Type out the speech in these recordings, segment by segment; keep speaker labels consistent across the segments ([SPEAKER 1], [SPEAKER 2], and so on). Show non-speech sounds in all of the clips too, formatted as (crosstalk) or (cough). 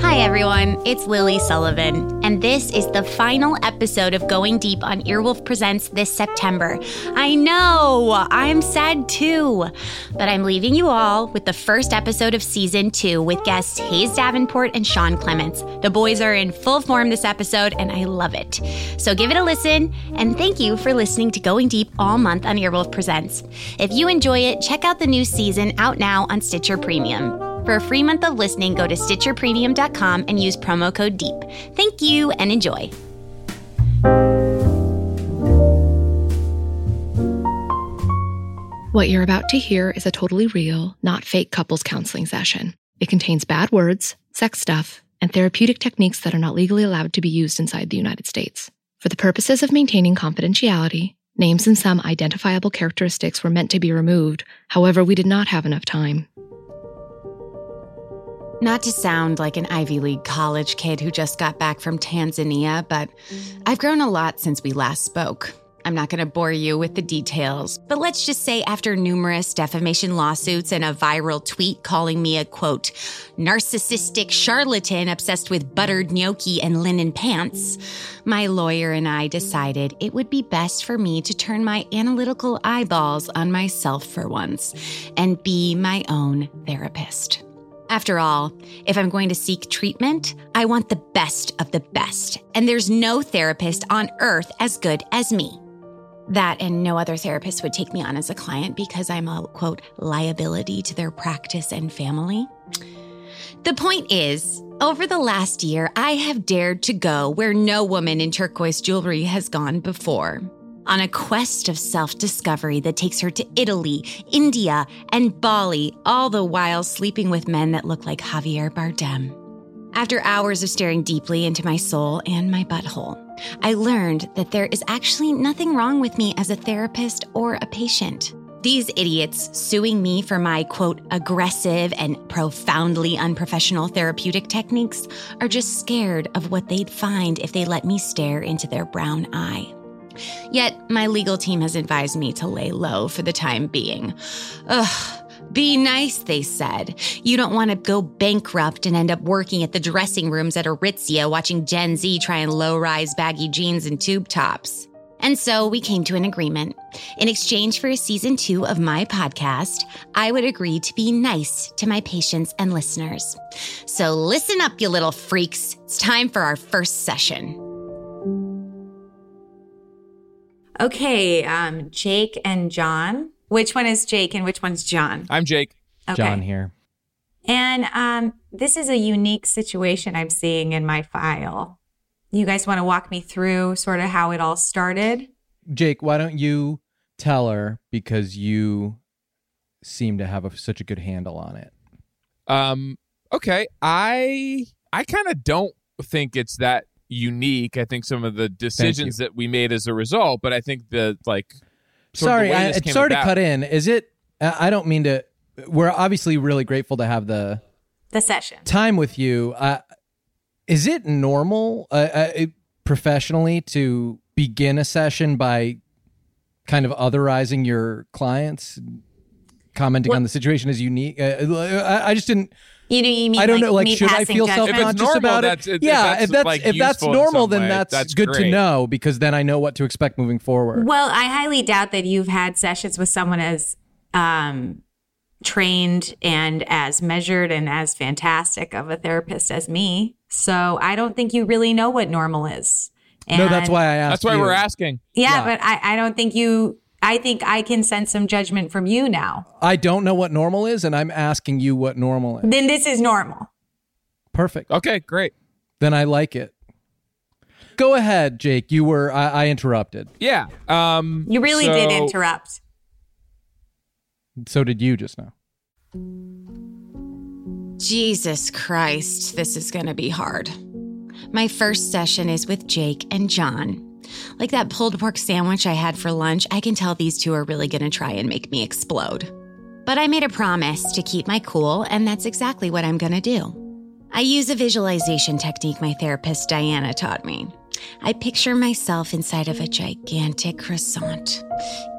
[SPEAKER 1] Hi, everyone. It's Lily Sullivan, and this is the final episode of Going Deep on Earwolf Presents this September. I know, I'm sad too, but I'm leaving you all with the first episode of season two with guests Hayes Davenport and Sean Clements. The boys are in full form this episode, and I love it. So give it a listen, and thank you for listening to Going Deep all month on Earwolf Presents. If you enjoy it, check out the new season out now on Stitcher Premium. For a free month of listening, go to StitcherPremium.com and use promo code DEEP. Thank you and enjoy.
[SPEAKER 2] What you're about to hear is a totally real, not fake couples counseling session. It contains bad words, sex stuff, and therapeutic techniques that are not legally allowed to be used inside the United States. For the purposes of maintaining confidentiality, names and some identifiable characteristics were meant to be removed. However, we did not have enough time.
[SPEAKER 1] Not to sound like an Ivy League college kid who just got back from Tanzania, but I've grown a lot since we last spoke. I'm not going to bore you with the details, but let's just say after numerous defamation lawsuits and a viral tweet calling me a quote, narcissistic charlatan obsessed with buttered gnocchi and linen pants, my lawyer and I decided it would be best for me to turn my analytical eyeballs on myself for once and be my own therapist. After all, if I'm going to seek treatment, I want the best of the best. And there's no therapist on earth as good as me. That and no other therapist would take me on as a client because I'm a quote liability to their practice and family. The point is, over the last year, I have dared to go where no woman in turquoise jewelry has gone before. On a quest of self discovery that takes her to Italy, India, and Bali, all the while sleeping with men that look like Javier Bardem. After hours of staring deeply into my soul and my butthole, I learned that there is actually nothing wrong with me as a therapist or a patient. These idiots suing me for my quote, aggressive and profoundly unprofessional therapeutic techniques are just scared of what they'd find if they let me stare into their brown eye. Yet, my legal team has advised me to lay low for the time being. Ugh. Be nice, they said. You don't want to go bankrupt and end up working at the dressing rooms at Aritzia watching Gen Z try and low rise baggy jeans and tube tops. And so we came to an agreement. In exchange for a season two of my podcast, I would agree to be nice to my patients and listeners. So listen up, you little freaks. It's time for our first session.
[SPEAKER 3] Okay, um, Jake and John. Which one is Jake and which one's John?
[SPEAKER 4] I'm Jake.
[SPEAKER 3] Okay.
[SPEAKER 5] John here.
[SPEAKER 3] And um, this is a unique situation I'm seeing in my file. You guys want to walk me through sort of how it all started?
[SPEAKER 5] Jake, why don't you tell her because you seem to have a, such a good handle on it.
[SPEAKER 4] Um, okay. I I kind of don't think it's that unique. I think some of the decisions that we made as a result, but I think the like sort of the
[SPEAKER 5] sorry,
[SPEAKER 4] way
[SPEAKER 5] I,
[SPEAKER 4] this
[SPEAKER 5] it's
[SPEAKER 4] came
[SPEAKER 5] sorry to
[SPEAKER 4] about-
[SPEAKER 5] cut in. Is it? I I don't mean to. We're obviously really grateful to have the
[SPEAKER 3] The session.
[SPEAKER 5] time with you. Uh, is it normal, uh, uh, it- professionally, to begin a session by kind of otherizing your clients, commenting on the situation as unique? Uh, I I just didn't
[SPEAKER 3] You know, you mean
[SPEAKER 5] I don't
[SPEAKER 3] like
[SPEAKER 5] know. Like,
[SPEAKER 3] me
[SPEAKER 5] should I
[SPEAKER 3] passing
[SPEAKER 5] feel
[SPEAKER 3] judgment?
[SPEAKER 4] If it's
[SPEAKER 5] self-conscious
[SPEAKER 4] normal,
[SPEAKER 5] about
[SPEAKER 4] that's-
[SPEAKER 5] it?
[SPEAKER 4] if
[SPEAKER 5] yeah,
[SPEAKER 4] that's,
[SPEAKER 5] if that's
[SPEAKER 4] like,
[SPEAKER 5] if that's
[SPEAKER 4] useful in some
[SPEAKER 5] normal, then
[SPEAKER 4] way,
[SPEAKER 5] that's,
[SPEAKER 4] that's
[SPEAKER 5] good to
[SPEAKER 4] great.
[SPEAKER 5] know because then I know what to expect moving forward.
[SPEAKER 3] Well, I highly doubt that you've had sessions with someone as um, trained and as measured and as fantastic of a therapist as me. So I don't think you really know what normal is.
[SPEAKER 5] no, that's
[SPEAKER 3] And-
[SPEAKER 5] why I asked.
[SPEAKER 4] That's why
[SPEAKER 5] you.
[SPEAKER 4] we're asking.
[SPEAKER 3] Yeah, but I, I don't think you. I think I can sense some judgment from you now.
[SPEAKER 5] I don't know what normal is, and I'm asking you what normal is.
[SPEAKER 3] Then this is normal.
[SPEAKER 5] Perfect.
[SPEAKER 4] Okay, great.
[SPEAKER 5] Then I like it. Go ahead, Jake. You were I, I interrupted.
[SPEAKER 4] Yeah. Um,
[SPEAKER 3] You really
[SPEAKER 4] so-
[SPEAKER 3] did interrupt.
[SPEAKER 5] So did you just now.
[SPEAKER 1] Jesus Christ, this is going to be hard. My first session is with Jake and John. Like that pulled pork sandwich I had for lunch, I can tell these two are really going to try and make me explode. But I made a promise to keep my cool, and that's exactly what I'm going to do. I use a visualization technique my therapist Diana taught me. I picture myself inside of a gigantic croissant,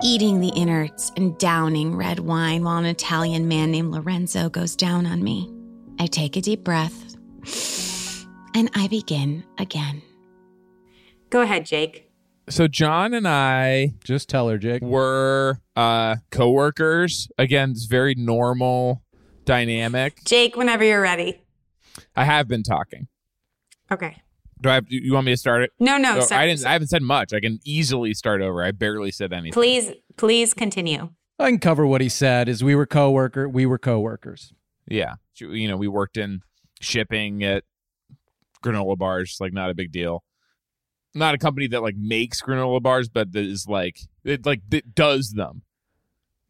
[SPEAKER 1] eating the innards and downing red wine while an Italian man named Lorenzo goes down on me. I take a deep breath and I begin again.
[SPEAKER 3] Go ahead, Jake.
[SPEAKER 4] So John and I
[SPEAKER 5] Just tell her, Jake.
[SPEAKER 4] were uh, coworkers. Again, it's very normal dynamic.
[SPEAKER 3] Jake, whenever you're ready.
[SPEAKER 4] I have been talking.
[SPEAKER 3] Okay.
[SPEAKER 4] Do I? Have, you want me to start it?
[SPEAKER 3] No, no.
[SPEAKER 4] Oh,
[SPEAKER 3] sorry.
[SPEAKER 4] I didn't. I haven't said much. I can easily start over. I barely said anything.
[SPEAKER 3] Please, please continue.
[SPEAKER 5] I can cover what he said is we were coworker we were coworkers.
[SPEAKER 4] Yeah. You know, we worked in shipping at granola bars, like not a big deal. Not a company that like makes granola bars, but that is like it like it does them.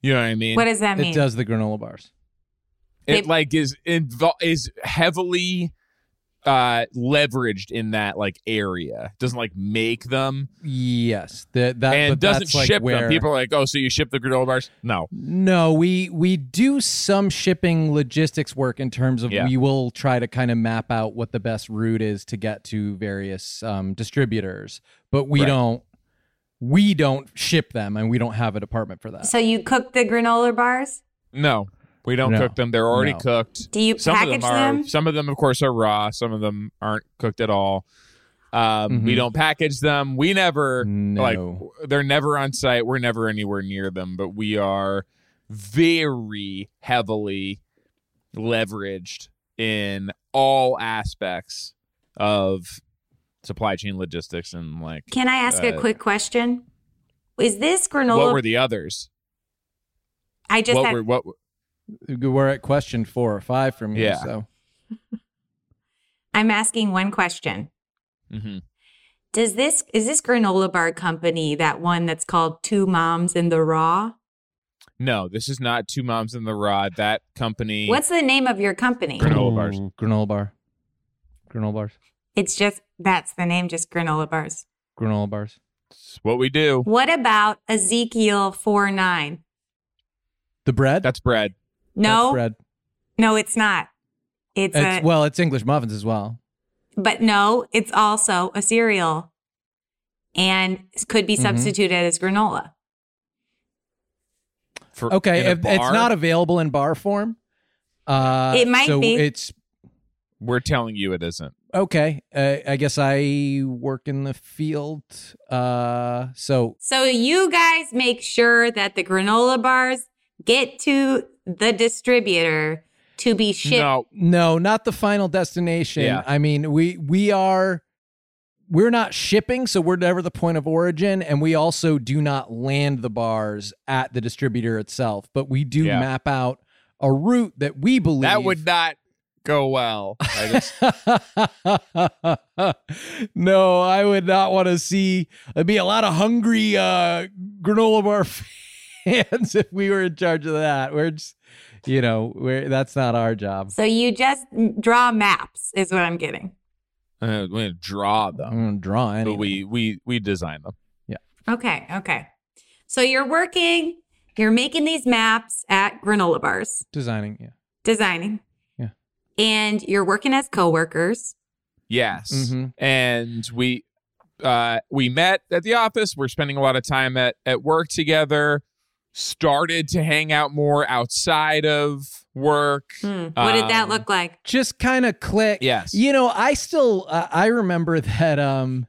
[SPEAKER 4] You know what I mean?
[SPEAKER 3] What does that mean?
[SPEAKER 5] It does the granola bars.
[SPEAKER 4] it like is invo- is heavily uh leveraged in that like area. Doesn't like make them
[SPEAKER 5] Yes. That that
[SPEAKER 4] and
[SPEAKER 5] but
[SPEAKER 4] doesn't
[SPEAKER 5] that's like
[SPEAKER 4] ship
[SPEAKER 5] where,
[SPEAKER 4] them. People are like, "Oh, so you ship the granola bars?" No.
[SPEAKER 5] No, we we do some shipping logistics work in terms of
[SPEAKER 4] Yeah.
[SPEAKER 5] we will try to kind of map out what the best route is to get to various um, distributors, but we
[SPEAKER 4] Right.
[SPEAKER 5] don't we don't ship them and we don't have a department for that.
[SPEAKER 3] So you cook the granola bars?
[SPEAKER 4] No. We don't
[SPEAKER 5] No.
[SPEAKER 4] cook them. They're already
[SPEAKER 5] No.
[SPEAKER 4] cooked.
[SPEAKER 3] Do you
[SPEAKER 4] some of
[SPEAKER 3] package
[SPEAKER 4] them are
[SPEAKER 3] them?
[SPEAKER 4] some of them of course are raw some of them aren't cooked at all um, we
[SPEAKER 5] Mhm.
[SPEAKER 4] don't package them we never
[SPEAKER 5] No.
[SPEAKER 4] like they're never on site we're never anywhere near them but we are very heavily leveraged in all aspects of supply chain logistics and like
[SPEAKER 3] Can I ask a
[SPEAKER 4] Uh,
[SPEAKER 3] quick question? Is this granola?
[SPEAKER 4] what were the others
[SPEAKER 3] I just
[SPEAKER 4] what
[SPEAKER 3] had,
[SPEAKER 4] were what were-
[SPEAKER 5] We're at question four or five from here,
[SPEAKER 4] Yeah.
[SPEAKER 5] so
[SPEAKER 3] I'm asking one question.
[SPEAKER 4] mhm.
[SPEAKER 3] Does this is this granola bar company that one that's called Two Moms in the Raw?
[SPEAKER 4] no this is not two moms in the rod that company
[SPEAKER 3] What's the name of your company?
[SPEAKER 4] Granola bars.
[SPEAKER 5] Ooh, granola bar, Mm. granola bars,
[SPEAKER 3] It's just that's the name, just granola bars.
[SPEAKER 5] granola bars.
[SPEAKER 4] what we do
[SPEAKER 3] What about Ezekiel four nine?
[SPEAKER 5] The bread,
[SPEAKER 4] that's bread
[SPEAKER 3] No,
[SPEAKER 5] That's bread.
[SPEAKER 3] no, it's not. It's, a
[SPEAKER 5] It's, well, it's English muffins as well.
[SPEAKER 3] but no, it's also a cereal, and could be
[SPEAKER 5] Mhm.
[SPEAKER 3] substituted as granola.
[SPEAKER 4] for, in
[SPEAKER 5] Okay,
[SPEAKER 4] a
[SPEAKER 5] if it's
[SPEAKER 4] bar?
[SPEAKER 5] not available in bar form. Uh,
[SPEAKER 3] It might
[SPEAKER 5] so
[SPEAKER 3] be.
[SPEAKER 5] It's
[SPEAKER 4] We're telling you it isn't.
[SPEAKER 5] okay. Uh, I guess I work in the field. Uh, so
[SPEAKER 3] So you guys make sure that the granola bars get to the distributor to be shipped.
[SPEAKER 4] No,
[SPEAKER 5] no, not the final destination.
[SPEAKER 4] Yeah.
[SPEAKER 5] I mean, we we are we're not shipping, so we're never the point of origin, and we also do not land the bars at the distributor itself, but we do
[SPEAKER 4] Yeah.
[SPEAKER 5] map out a route that we believe
[SPEAKER 4] that would not go
[SPEAKER 5] (laughs)
[SPEAKER 4] well. I just-
[SPEAKER 5] (laughs) no, I would not want to see. There'd be a lot of hungry uh, granola bar (laughs) fans if we were in charge of that. We're just, you know, we're that's not our job.
[SPEAKER 3] So you just draw maps is what I'm getting.
[SPEAKER 4] uh, we draw
[SPEAKER 5] I'm
[SPEAKER 4] them,
[SPEAKER 5] gonna draw
[SPEAKER 4] but
[SPEAKER 5] anyway.
[SPEAKER 4] we we we design them.
[SPEAKER 3] Okay, okay. So you're working, you're making these maps at granola bars,
[SPEAKER 5] designing. Yeah.
[SPEAKER 3] designing.
[SPEAKER 5] Yeah.
[SPEAKER 3] And you're working as coworkers.
[SPEAKER 4] Yes,
[SPEAKER 5] Mhm.
[SPEAKER 4] and we uh, we met at the office. We're spending a lot of time at at work together. started to hang out more outside of work.
[SPEAKER 3] Hmm.
[SPEAKER 5] Mm.
[SPEAKER 3] What did that
[SPEAKER 4] Um,
[SPEAKER 3] look like?
[SPEAKER 5] just kind of click.
[SPEAKER 4] Yes.
[SPEAKER 5] You know, I still uh, I remember (laughs) that um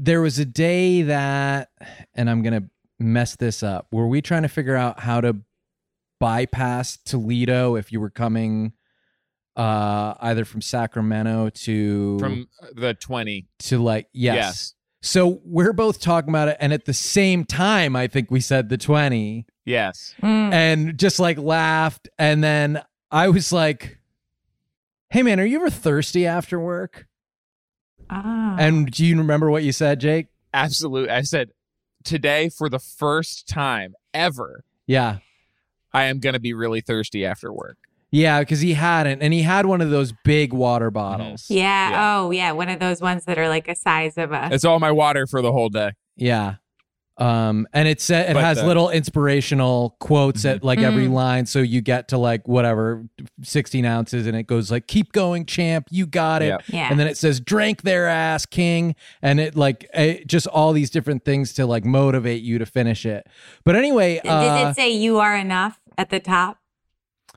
[SPEAKER 5] there was a day that and I'm going to mess this up. Were we trying to figure out how to bypass Toledo if you were coming uh either from Sacramento to
[SPEAKER 4] From uh, the 20.
[SPEAKER 5] to like yes.
[SPEAKER 4] Yes.
[SPEAKER 5] So we're both talking about it and at the same time I think we said the 20
[SPEAKER 4] Yes.
[SPEAKER 5] Hmm.
[SPEAKER 3] Mm.
[SPEAKER 5] and just like laughed. And then I was like, Hey man, are you ever thirsty after work?
[SPEAKER 3] Ah.
[SPEAKER 5] And do you remember what you said, Jake?
[SPEAKER 4] Absolute. I said, today, for the first time ever,
[SPEAKER 5] Yeah.
[SPEAKER 4] I am going to be really thirsty after work.
[SPEAKER 5] Yeah, because he hadn't. And he had one of those big
[SPEAKER 4] Mm-hmm.
[SPEAKER 5] water bottles.
[SPEAKER 3] yeah,
[SPEAKER 4] Yeah.
[SPEAKER 3] Oh, yeah. One of those ones that are like a size of a.
[SPEAKER 4] It's all my water for the whole day.
[SPEAKER 5] Yeah. Um, and it said it
[SPEAKER 4] But
[SPEAKER 5] has
[SPEAKER 4] the- Mm-hmm.
[SPEAKER 5] little inspirational quotes at like every
[SPEAKER 3] Mm.
[SPEAKER 5] line, so you get to like whatever, sixteen ounces, and it goes like, "Keep going, champ, you got it."
[SPEAKER 4] Yeah.
[SPEAKER 3] yeah.
[SPEAKER 5] and then it says drank their ass king and it like it, just all these different things to like motivate you to finish it but anyway
[SPEAKER 3] Did- did
[SPEAKER 5] uh,
[SPEAKER 3] it say you are enough at the top?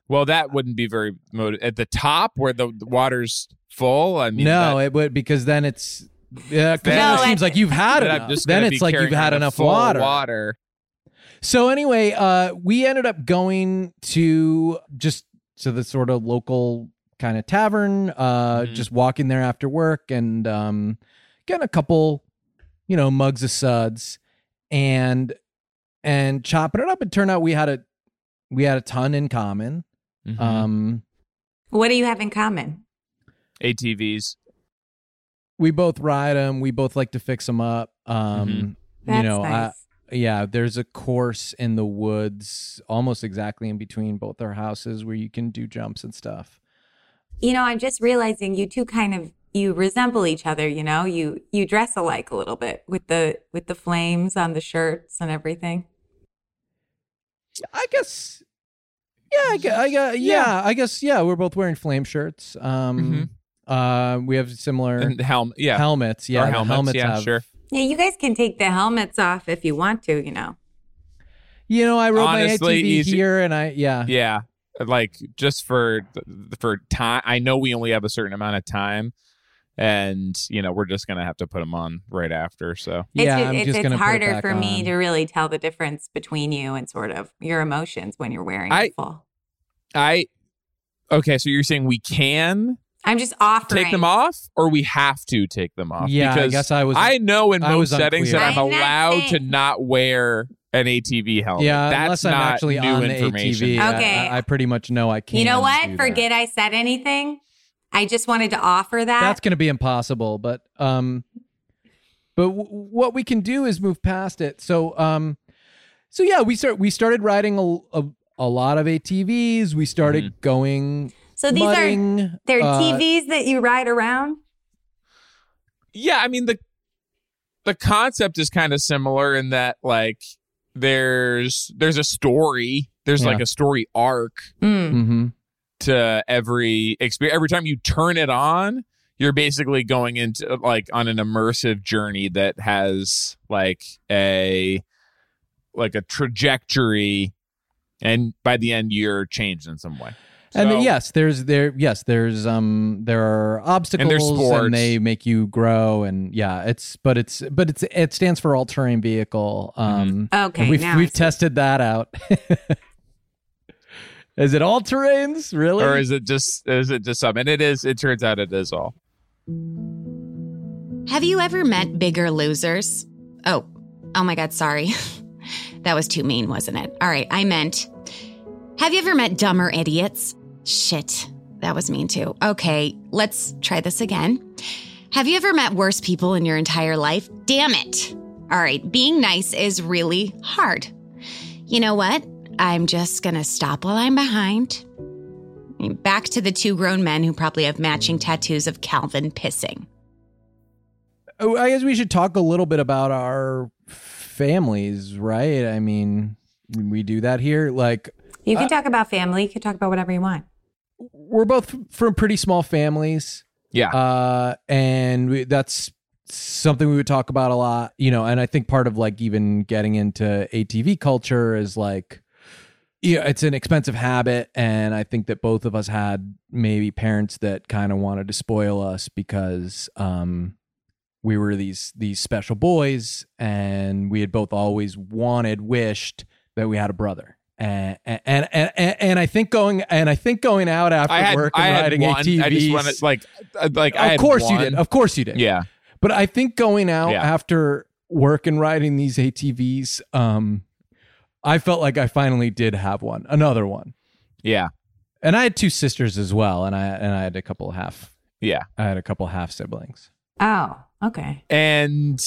[SPEAKER 4] Well, that wouldn't be very motiv- at the top where the, the water's full. I mean,
[SPEAKER 5] no
[SPEAKER 4] that-
[SPEAKER 5] it would because then it's yeah, 'cause then
[SPEAKER 3] No,
[SPEAKER 5] it seems
[SPEAKER 3] I-
[SPEAKER 5] like you've had
[SPEAKER 4] that I'm
[SPEAKER 5] enough.
[SPEAKER 4] just
[SPEAKER 5] Then
[SPEAKER 4] gonna be
[SPEAKER 5] it's like you've
[SPEAKER 4] carrying
[SPEAKER 5] had
[SPEAKER 4] the
[SPEAKER 5] enough
[SPEAKER 4] full
[SPEAKER 5] water.
[SPEAKER 4] Water.
[SPEAKER 5] So anyway, uh, we ended up going to just to the sort of local kind of tavern, uh,
[SPEAKER 4] Mhm.
[SPEAKER 5] just walking there after work and um, getting a couple, you know, mugs of suds and and chopping it up. It turned out we had a we had a ton in common.
[SPEAKER 4] Mm-hmm. uh,
[SPEAKER 5] Um,
[SPEAKER 3] What do you have in common?
[SPEAKER 4] ATVs.
[SPEAKER 5] we both ride them. We both like to fix them up. Um,
[SPEAKER 4] Mm-hmm.
[SPEAKER 3] That's
[SPEAKER 5] you know, I,
[SPEAKER 3] nice.
[SPEAKER 5] Yeah, there's a course in the woods almost exactly in between both our houses where you can do jumps and stuff.
[SPEAKER 3] you know, I'm just realizing you two kind of you resemble each other. You know, you you dress alike a little bit with the with the flames on the shirts and everything.
[SPEAKER 5] I guess yeah, I guess, I guess yeah, I guess yeah, we're both wearing flame shirts. Um uh we have similar
[SPEAKER 4] Mm-hmm. And helm. Yeah.
[SPEAKER 5] helmets. Yeah,
[SPEAKER 4] Our
[SPEAKER 5] the
[SPEAKER 4] helmets, yeah,
[SPEAKER 5] have-
[SPEAKER 4] sure.
[SPEAKER 3] Yeah, you guys can take the helmets off if you want to. You know,
[SPEAKER 5] You know, I rode my ATV
[SPEAKER 4] Honestly, easy-
[SPEAKER 5] here and I yeah.
[SPEAKER 4] Yeah. Like just for for time. I know we only have a certain amount of time, and you know we're just gonna have to put them on right after. So
[SPEAKER 5] yeah,
[SPEAKER 3] it's,
[SPEAKER 5] I'm
[SPEAKER 3] it's,
[SPEAKER 5] just
[SPEAKER 3] it's
[SPEAKER 5] gonna put it
[SPEAKER 3] harder
[SPEAKER 5] back
[SPEAKER 3] for me
[SPEAKER 5] on.
[SPEAKER 3] to really tell the difference between you and sort of your emotions when you're wearing
[SPEAKER 4] I-
[SPEAKER 3] it full.
[SPEAKER 4] I. Okay, so you're saying we can
[SPEAKER 3] I'm just offering.
[SPEAKER 4] take them off, or we have to take them off?
[SPEAKER 5] Yeah, I
[SPEAKER 4] because
[SPEAKER 5] guess I was
[SPEAKER 4] I know in
[SPEAKER 5] I
[SPEAKER 4] most
[SPEAKER 5] was
[SPEAKER 4] settings
[SPEAKER 5] unclear.
[SPEAKER 4] that I'm
[SPEAKER 3] I'm not
[SPEAKER 4] allowed to
[SPEAKER 3] saying-
[SPEAKER 4] not wear an ATV helmet.
[SPEAKER 5] yeah,
[SPEAKER 4] that's
[SPEAKER 5] unless I'm
[SPEAKER 4] not
[SPEAKER 5] actually
[SPEAKER 4] new
[SPEAKER 5] on the
[SPEAKER 4] information.
[SPEAKER 5] ATV. I-
[SPEAKER 3] Okay.
[SPEAKER 5] I, I pretty much know I can't.
[SPEAKER 3] You know
[SPEAKER 5] do
[SPEAKER 3] what?
[SPEAKER 5] that.
[SPEAKER 3] Forget I said anything. I just wanted to offer that.
[SPEAKER 5] that's going to be impossible but um but w- what we can do is move past it so um so yeah we start we started riding a a, a lot of ATVs we started
[SPEAKER 4] Mm-hmm.
[SPEAKER 5] going
[SPEAKER 3] so these are
[SPEAKER 5] mudding,
[SPEAKER 3] they're
[SPEAKER 5] uh,
[SPEAKER 3] TVs that you ride around.
[SPEAKER 4] Yeah, I mean the the concept is kind of similar in that like there's there's a story, there's
[SPEAKER 5] Yeah.
[SPEAKER 4] like a story arc
[SPEAKER 3] Mm.
[SPEAKER 4] Mm-hmm.
[SPEAKER 5] mhm.
[SPEAKER 4] to every experience. Every time you turn it on, you're basically going into like on an immersive journey that has like a like a trajectory and by the end you're changed in some way.
[SPEAKER 5] and then,
[SPEAKER 4] So-
[SPEAKER 5] yes there's there yes there's um there are obstacles
[SPEAKER 4] sports.
[SPEAKER 5] they make you grow and yeah it's but it's but it's it stands for all terrain vehicle um
[SPEAKER 4] Mm-hmm.
[SPEAKER 3] Okay,
[SPEAKER 5] And we've
[SPEAKER 3] now I
[SPEAKER 5] we've
[SPEAKER 3] see.
[SPEAKER 5] tested that out (laughs) is it all terrains really
[SPEAKER 4] or is it just is it just some and it is it turns out it is all.
[SPEAKER 1] Have you ever met bigger losers? Oh, oh my God, sorry. (laughs) that was too mean, wasn't it? All right, I meant. Have you ever met dumber idiots? Shit, that was mean too. Okay, let's try this again. Have you ever met worse people in your entire life? Damn it. All right, being nice is really hard. You know what? I'm just gonna stop while I'm behind. Back to the two grown men who probably have matching tattoos of Calvin pissing.
[SPEAKER 5] Oh, I guess we should talk a little bit about our families, right? I mean, we do that here. Like,
[SPEAKER 3] You
[SPEAKER 5] Uh,
[SPEAKER 3] can talk about family. You can talk about whatever you want.
[SPEAKER 5] we're both from pretty small families,
[SPEAKER 4] Yeah.
[SPEAKER 5] uh, and we, that's something we would talk about a lot, you know, and I think part of like even getting into ATV culture is like yeah, it's an expensive habit and I think that both of us had maybe parents that kind of wanted to spoil us because um we were these these special boys and we had both always wanted wished that we had a brother. And and and, and, and I think going and I think going out after
[SPEAKER 4] I had
[SPEAKER 5] work and
[SPEAKER 4] I had
[SPEAKER 5] riding
[SPEAKER 4] one.
[SPEAKER 5] ATVs.
[SPEAKER 4] I just wanted like uh, like I
[SPEAKER 5] of
[SPEAKER 4] had
[SPEAKER 5] course you
[SPEAKER 4] one.
[SPEAKER 5] did. Of course you did.
[SPEAKER 4] Yeah.
[SPEAKER 5] But I think going out
[SPEAKER 4] Yeah.
[SPEAKER 5] after work and riding these ATVs, um, I felt like I finally did have one, another one.
[SPEAKER 4] Yeah.
[SPEAKER 5] And I had two sisters as well, and I and I had a couple half.
[SPEAKER 4] Yeah.
[SPEAKER 5] I had a couple half siblings.
[SPEAKER 3] Oh, okay.
[SPEAKER 4] And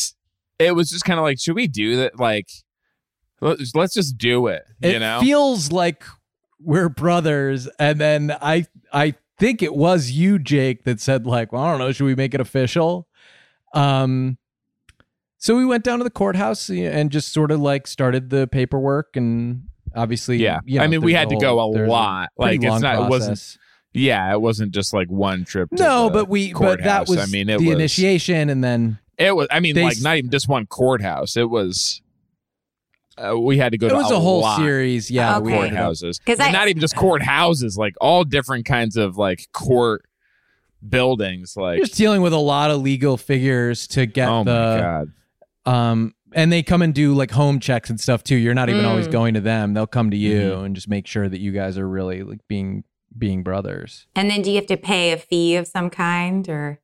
[SPEAKER 4] it was just kind of like, should we do that? Like, let's, let's just do it.
[SPEAKER 5] It
[SPEAKER 4] you know?
[SPEAKER 5] feels like we're brothers, and then I I think it was you, Jake, that said like, well, I don't know, should we make it official? Um, so we went down to the courthouse and just sort of like started the paperwork, and obviously,
[SPEAKER 4] yeah.
[SPEAKER 5] you know,
[SPEAKER 4] I mean, we
[SPEAKER 5] there's
[SPEAKER 4] had to
[SPEAKER 5] whole-
[SPEAKER 4] go a
[SPEAKER 5] there's
[SPEAKER 4] lot.
[SPEAKER 5] pretty
[SPEAKER 4] Like, it's
[SPEAKER 5] long
[SPEAKER 4] not. It wasn't.
[SPEAKER 5] process.
[SPEAKER 4] Yeah, it wasn't just like one trip. to
[SPEAKER 5] No,
[SPEAKER 4] the
[SPEAKER 5] but we but that
[SPEAKER 4] courthouse.
[SPEAKER 5] was
[SPEAKER 4] I mean, it
[SPEAKER 5] the
[SPEAKER 4] was,
[SPEAKER 5] initiation, and then
[SPEAKER 4] It was. I mean,
[SPEAKER 5] They
[SPEAKER 4] like
[SPEAKER 5] s-
[SPEAKER 4] not even just one courthouse. It was. Uh, we had to go
[SPEAKER 5] it
[SPEAKER 4] to
[SPEAKER 5] was a, whole
[SPEAKER 4] lot
[SPEAKER 5] series. Yeah,
[SPEAKER 4] of
[SPEAKER 3] Okay.
[SPEAKER 5] we ended up-
[SPEAKER 4] courthouses.
[SPEAKER 3] 'Cause I-
[SPEAKER 4] And not even just courthouses, like all different kinds of like court buildings. Like,
[SPEAKER 5] Just dealing with a lot of legal figures to get
[SPEAKER 4] oh my
[SPEAKER 5] the
[SPEAKER 4] god,
[SPEAKER 5] um, and they come and do like home checks and stuff too. You're not even always
[SPEAKER 3] Mm.
[SPEAKER 5] going to them; they'll come to you
[SPEAKER 4] Mhm.
[SPEAKER 5] and just make sure that you guys are really like being being brothers.
[SPEAKER 3] And then do you have to pay a fee of some kind or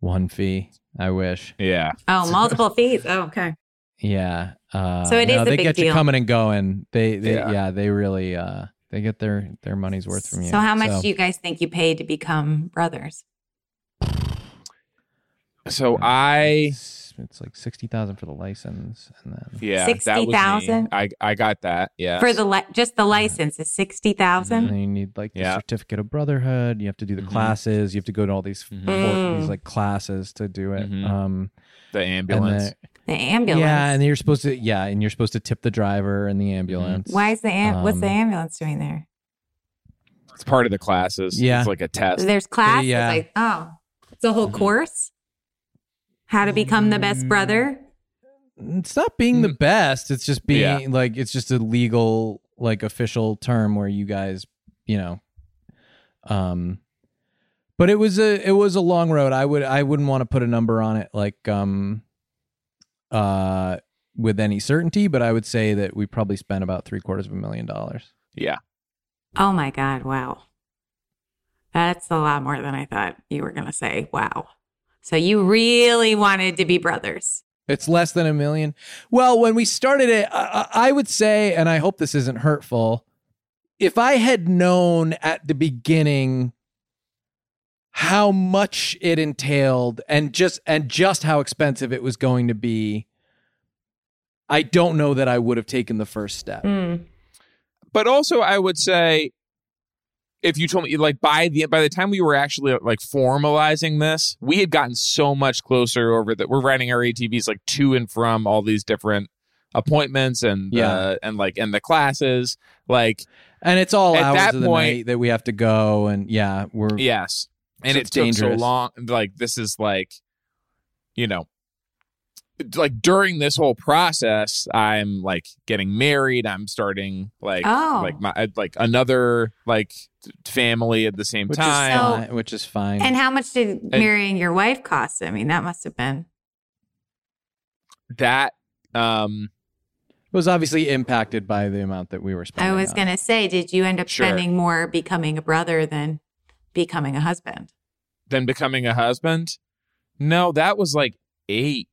[SPEAKER 5] One fee, I wish.
[SPEAKER 4] yeah.
[SPEAKER 3] oh multiple fees? Oh, okay.
[SPEAKER 5] Yeah. Uh,
[SPEAKER 3] So it is
[SPEAKER 5] no,
[SPEAKER 3] a
[SPEAKER 5] they
[SPEAKER 3] big
[SPEAKER 5] get you
[SPEAKER 3] deal.
[SPEAKER 5] coming and going. They, they yeah.
[SPEAKER 4] Yeah.
[SPEAKER 5] they really uh they get their their money's worth from you.
[SPEAKER 3] So how much do you guys think you paid to become brothers?
[SPEAKER 4] So I,
[SPEAKER 5] It's, it's like sixty thousand for the license, and then
[SPEAKER 4] yeah, that was me.
[SPEAKER 3] 60,000?
[SPEAKER 4] I I got that. Yeah,
[SPEAKER 3] For the li- just the license is 60,000.
[SPEAKER 5] and then you need like the
[SPEAKER 4] Yeah.
[SPEAKER 5] certificate of brotherhood. You have to do the
[SPEAKER 4] Mhm.
[SPEAKER 5] classes. You have to go to all these
[SPEAKER 4] Mhm.
[SPEAKER 5] for- these
[SPEAKER 3] Mm.
[SPEAKER 5] like classes to do it.
[SPEAKER 4] Mhm.
[SPEAKER 5] Um,
[SPEAKER 4] the
[SPEAKER 5] and
[SPEAKER 4] ambulance.
[SPEAKER 5] the-
[SPEAKER 3] The ambulance.
[SPEAKER 5] Mm-hmm. yeah, and you're supposed to yeah, and you're supposed to tip the driver and the ambulance.
[SPEAKER 3] Why is the am- what's the
[SPEAKER 5] Um,
[SPEAKER 3] ambulance doing there?
[SPEAKER 4] it's part of the classes.
[SPEAKER 5] Yeah.
[SPEAKER 4] it's like a test.
[SPEAKER 3] There's classes
[SPEAKER 5] yeah. Mm-hmm.
[SPEAKER 3] like oh, it's a whole course. How to become the
[SPEAKER 5] Mm.
[SPEAKER 3] best brother?
[SPEAKER 5] It's not being the best. It's just being
[SPEAKER 4] Yeah.
[SPEAKER 5] like it's just a legal like official term where you guys, you know, um but it was a it was a long road. I would I wouldn't want to put a number on it like um uh with any certainty, but I would say that we probably spent about three quarters of a million dollars.
[SPEAKER 4] Yeah,
[SPEAKER 3] Oh my god, wow. That's a lot more than I thought you were going to say. Wow. So you really wanted to be brothers.
[SPEAKER 5] It's less than a million. Well, when we started it, I, I I would say, and I hope this isn't hurtful, if I had known at the beginning how much it entailed and just and just how expensive it was going to be, I don't know that I would have taken the first step.
[SPEAKER 3] Mm.
[SPEAKER 4] but also I would say, if you told me like by the by the time we were actually like formalizing this, we had gotten so much closer over that we're riding our ATVs like to and from all these different appointments and
[SPEAKER 5] Yeah.
[SPEAKER 4] uh, and like and the classes like
[SPEAKER 5] And it's all
[SPEAKER 4] At
[SPEAKER 5] hours
[SPEAKER 4] that
[SPEAKER 5] of the
[SPEAKER 4] point-
[SPEAKER 5] night that we have to go and yeah, we're
[SPEAKER 4] Yes. And
[SPEAKER 5] So
[SPEAKER 4] it
[SPEAKER 5] it's
[SPEAKER 4] took
[SPEAKER 5] dangerous.
[SPEAKER 4] so long. Like this is like, you know, like during this whole process, I'm like getting married. I'm starting like
[SPEAKER 3] Oh.
[SPEAKER 4] like my uh, like another like family at the same
[SPEAKER 5] which is,
[SPEAKER 4] time.
[SPEAKER 3] So-
[SPEAKER 5] fine, which is fine.
[SPEAKER 3] And how much did marrying your wife cost? I mean, that must have been.
[SPEAKER 4] that um
[SPEAKER 5] it was obviously impacted by the amount that we were spending.
[SPEAKER 3] I was
[SPEAKER 5] on it.
[SPEAKER 3] going to say, did you end up
[SPEAKER 4] Sure.
[SPEAKER 3] spending more becoming a brother than becoming a husband?
[SPEAKER 4] then becoming a husband. No, that was like eight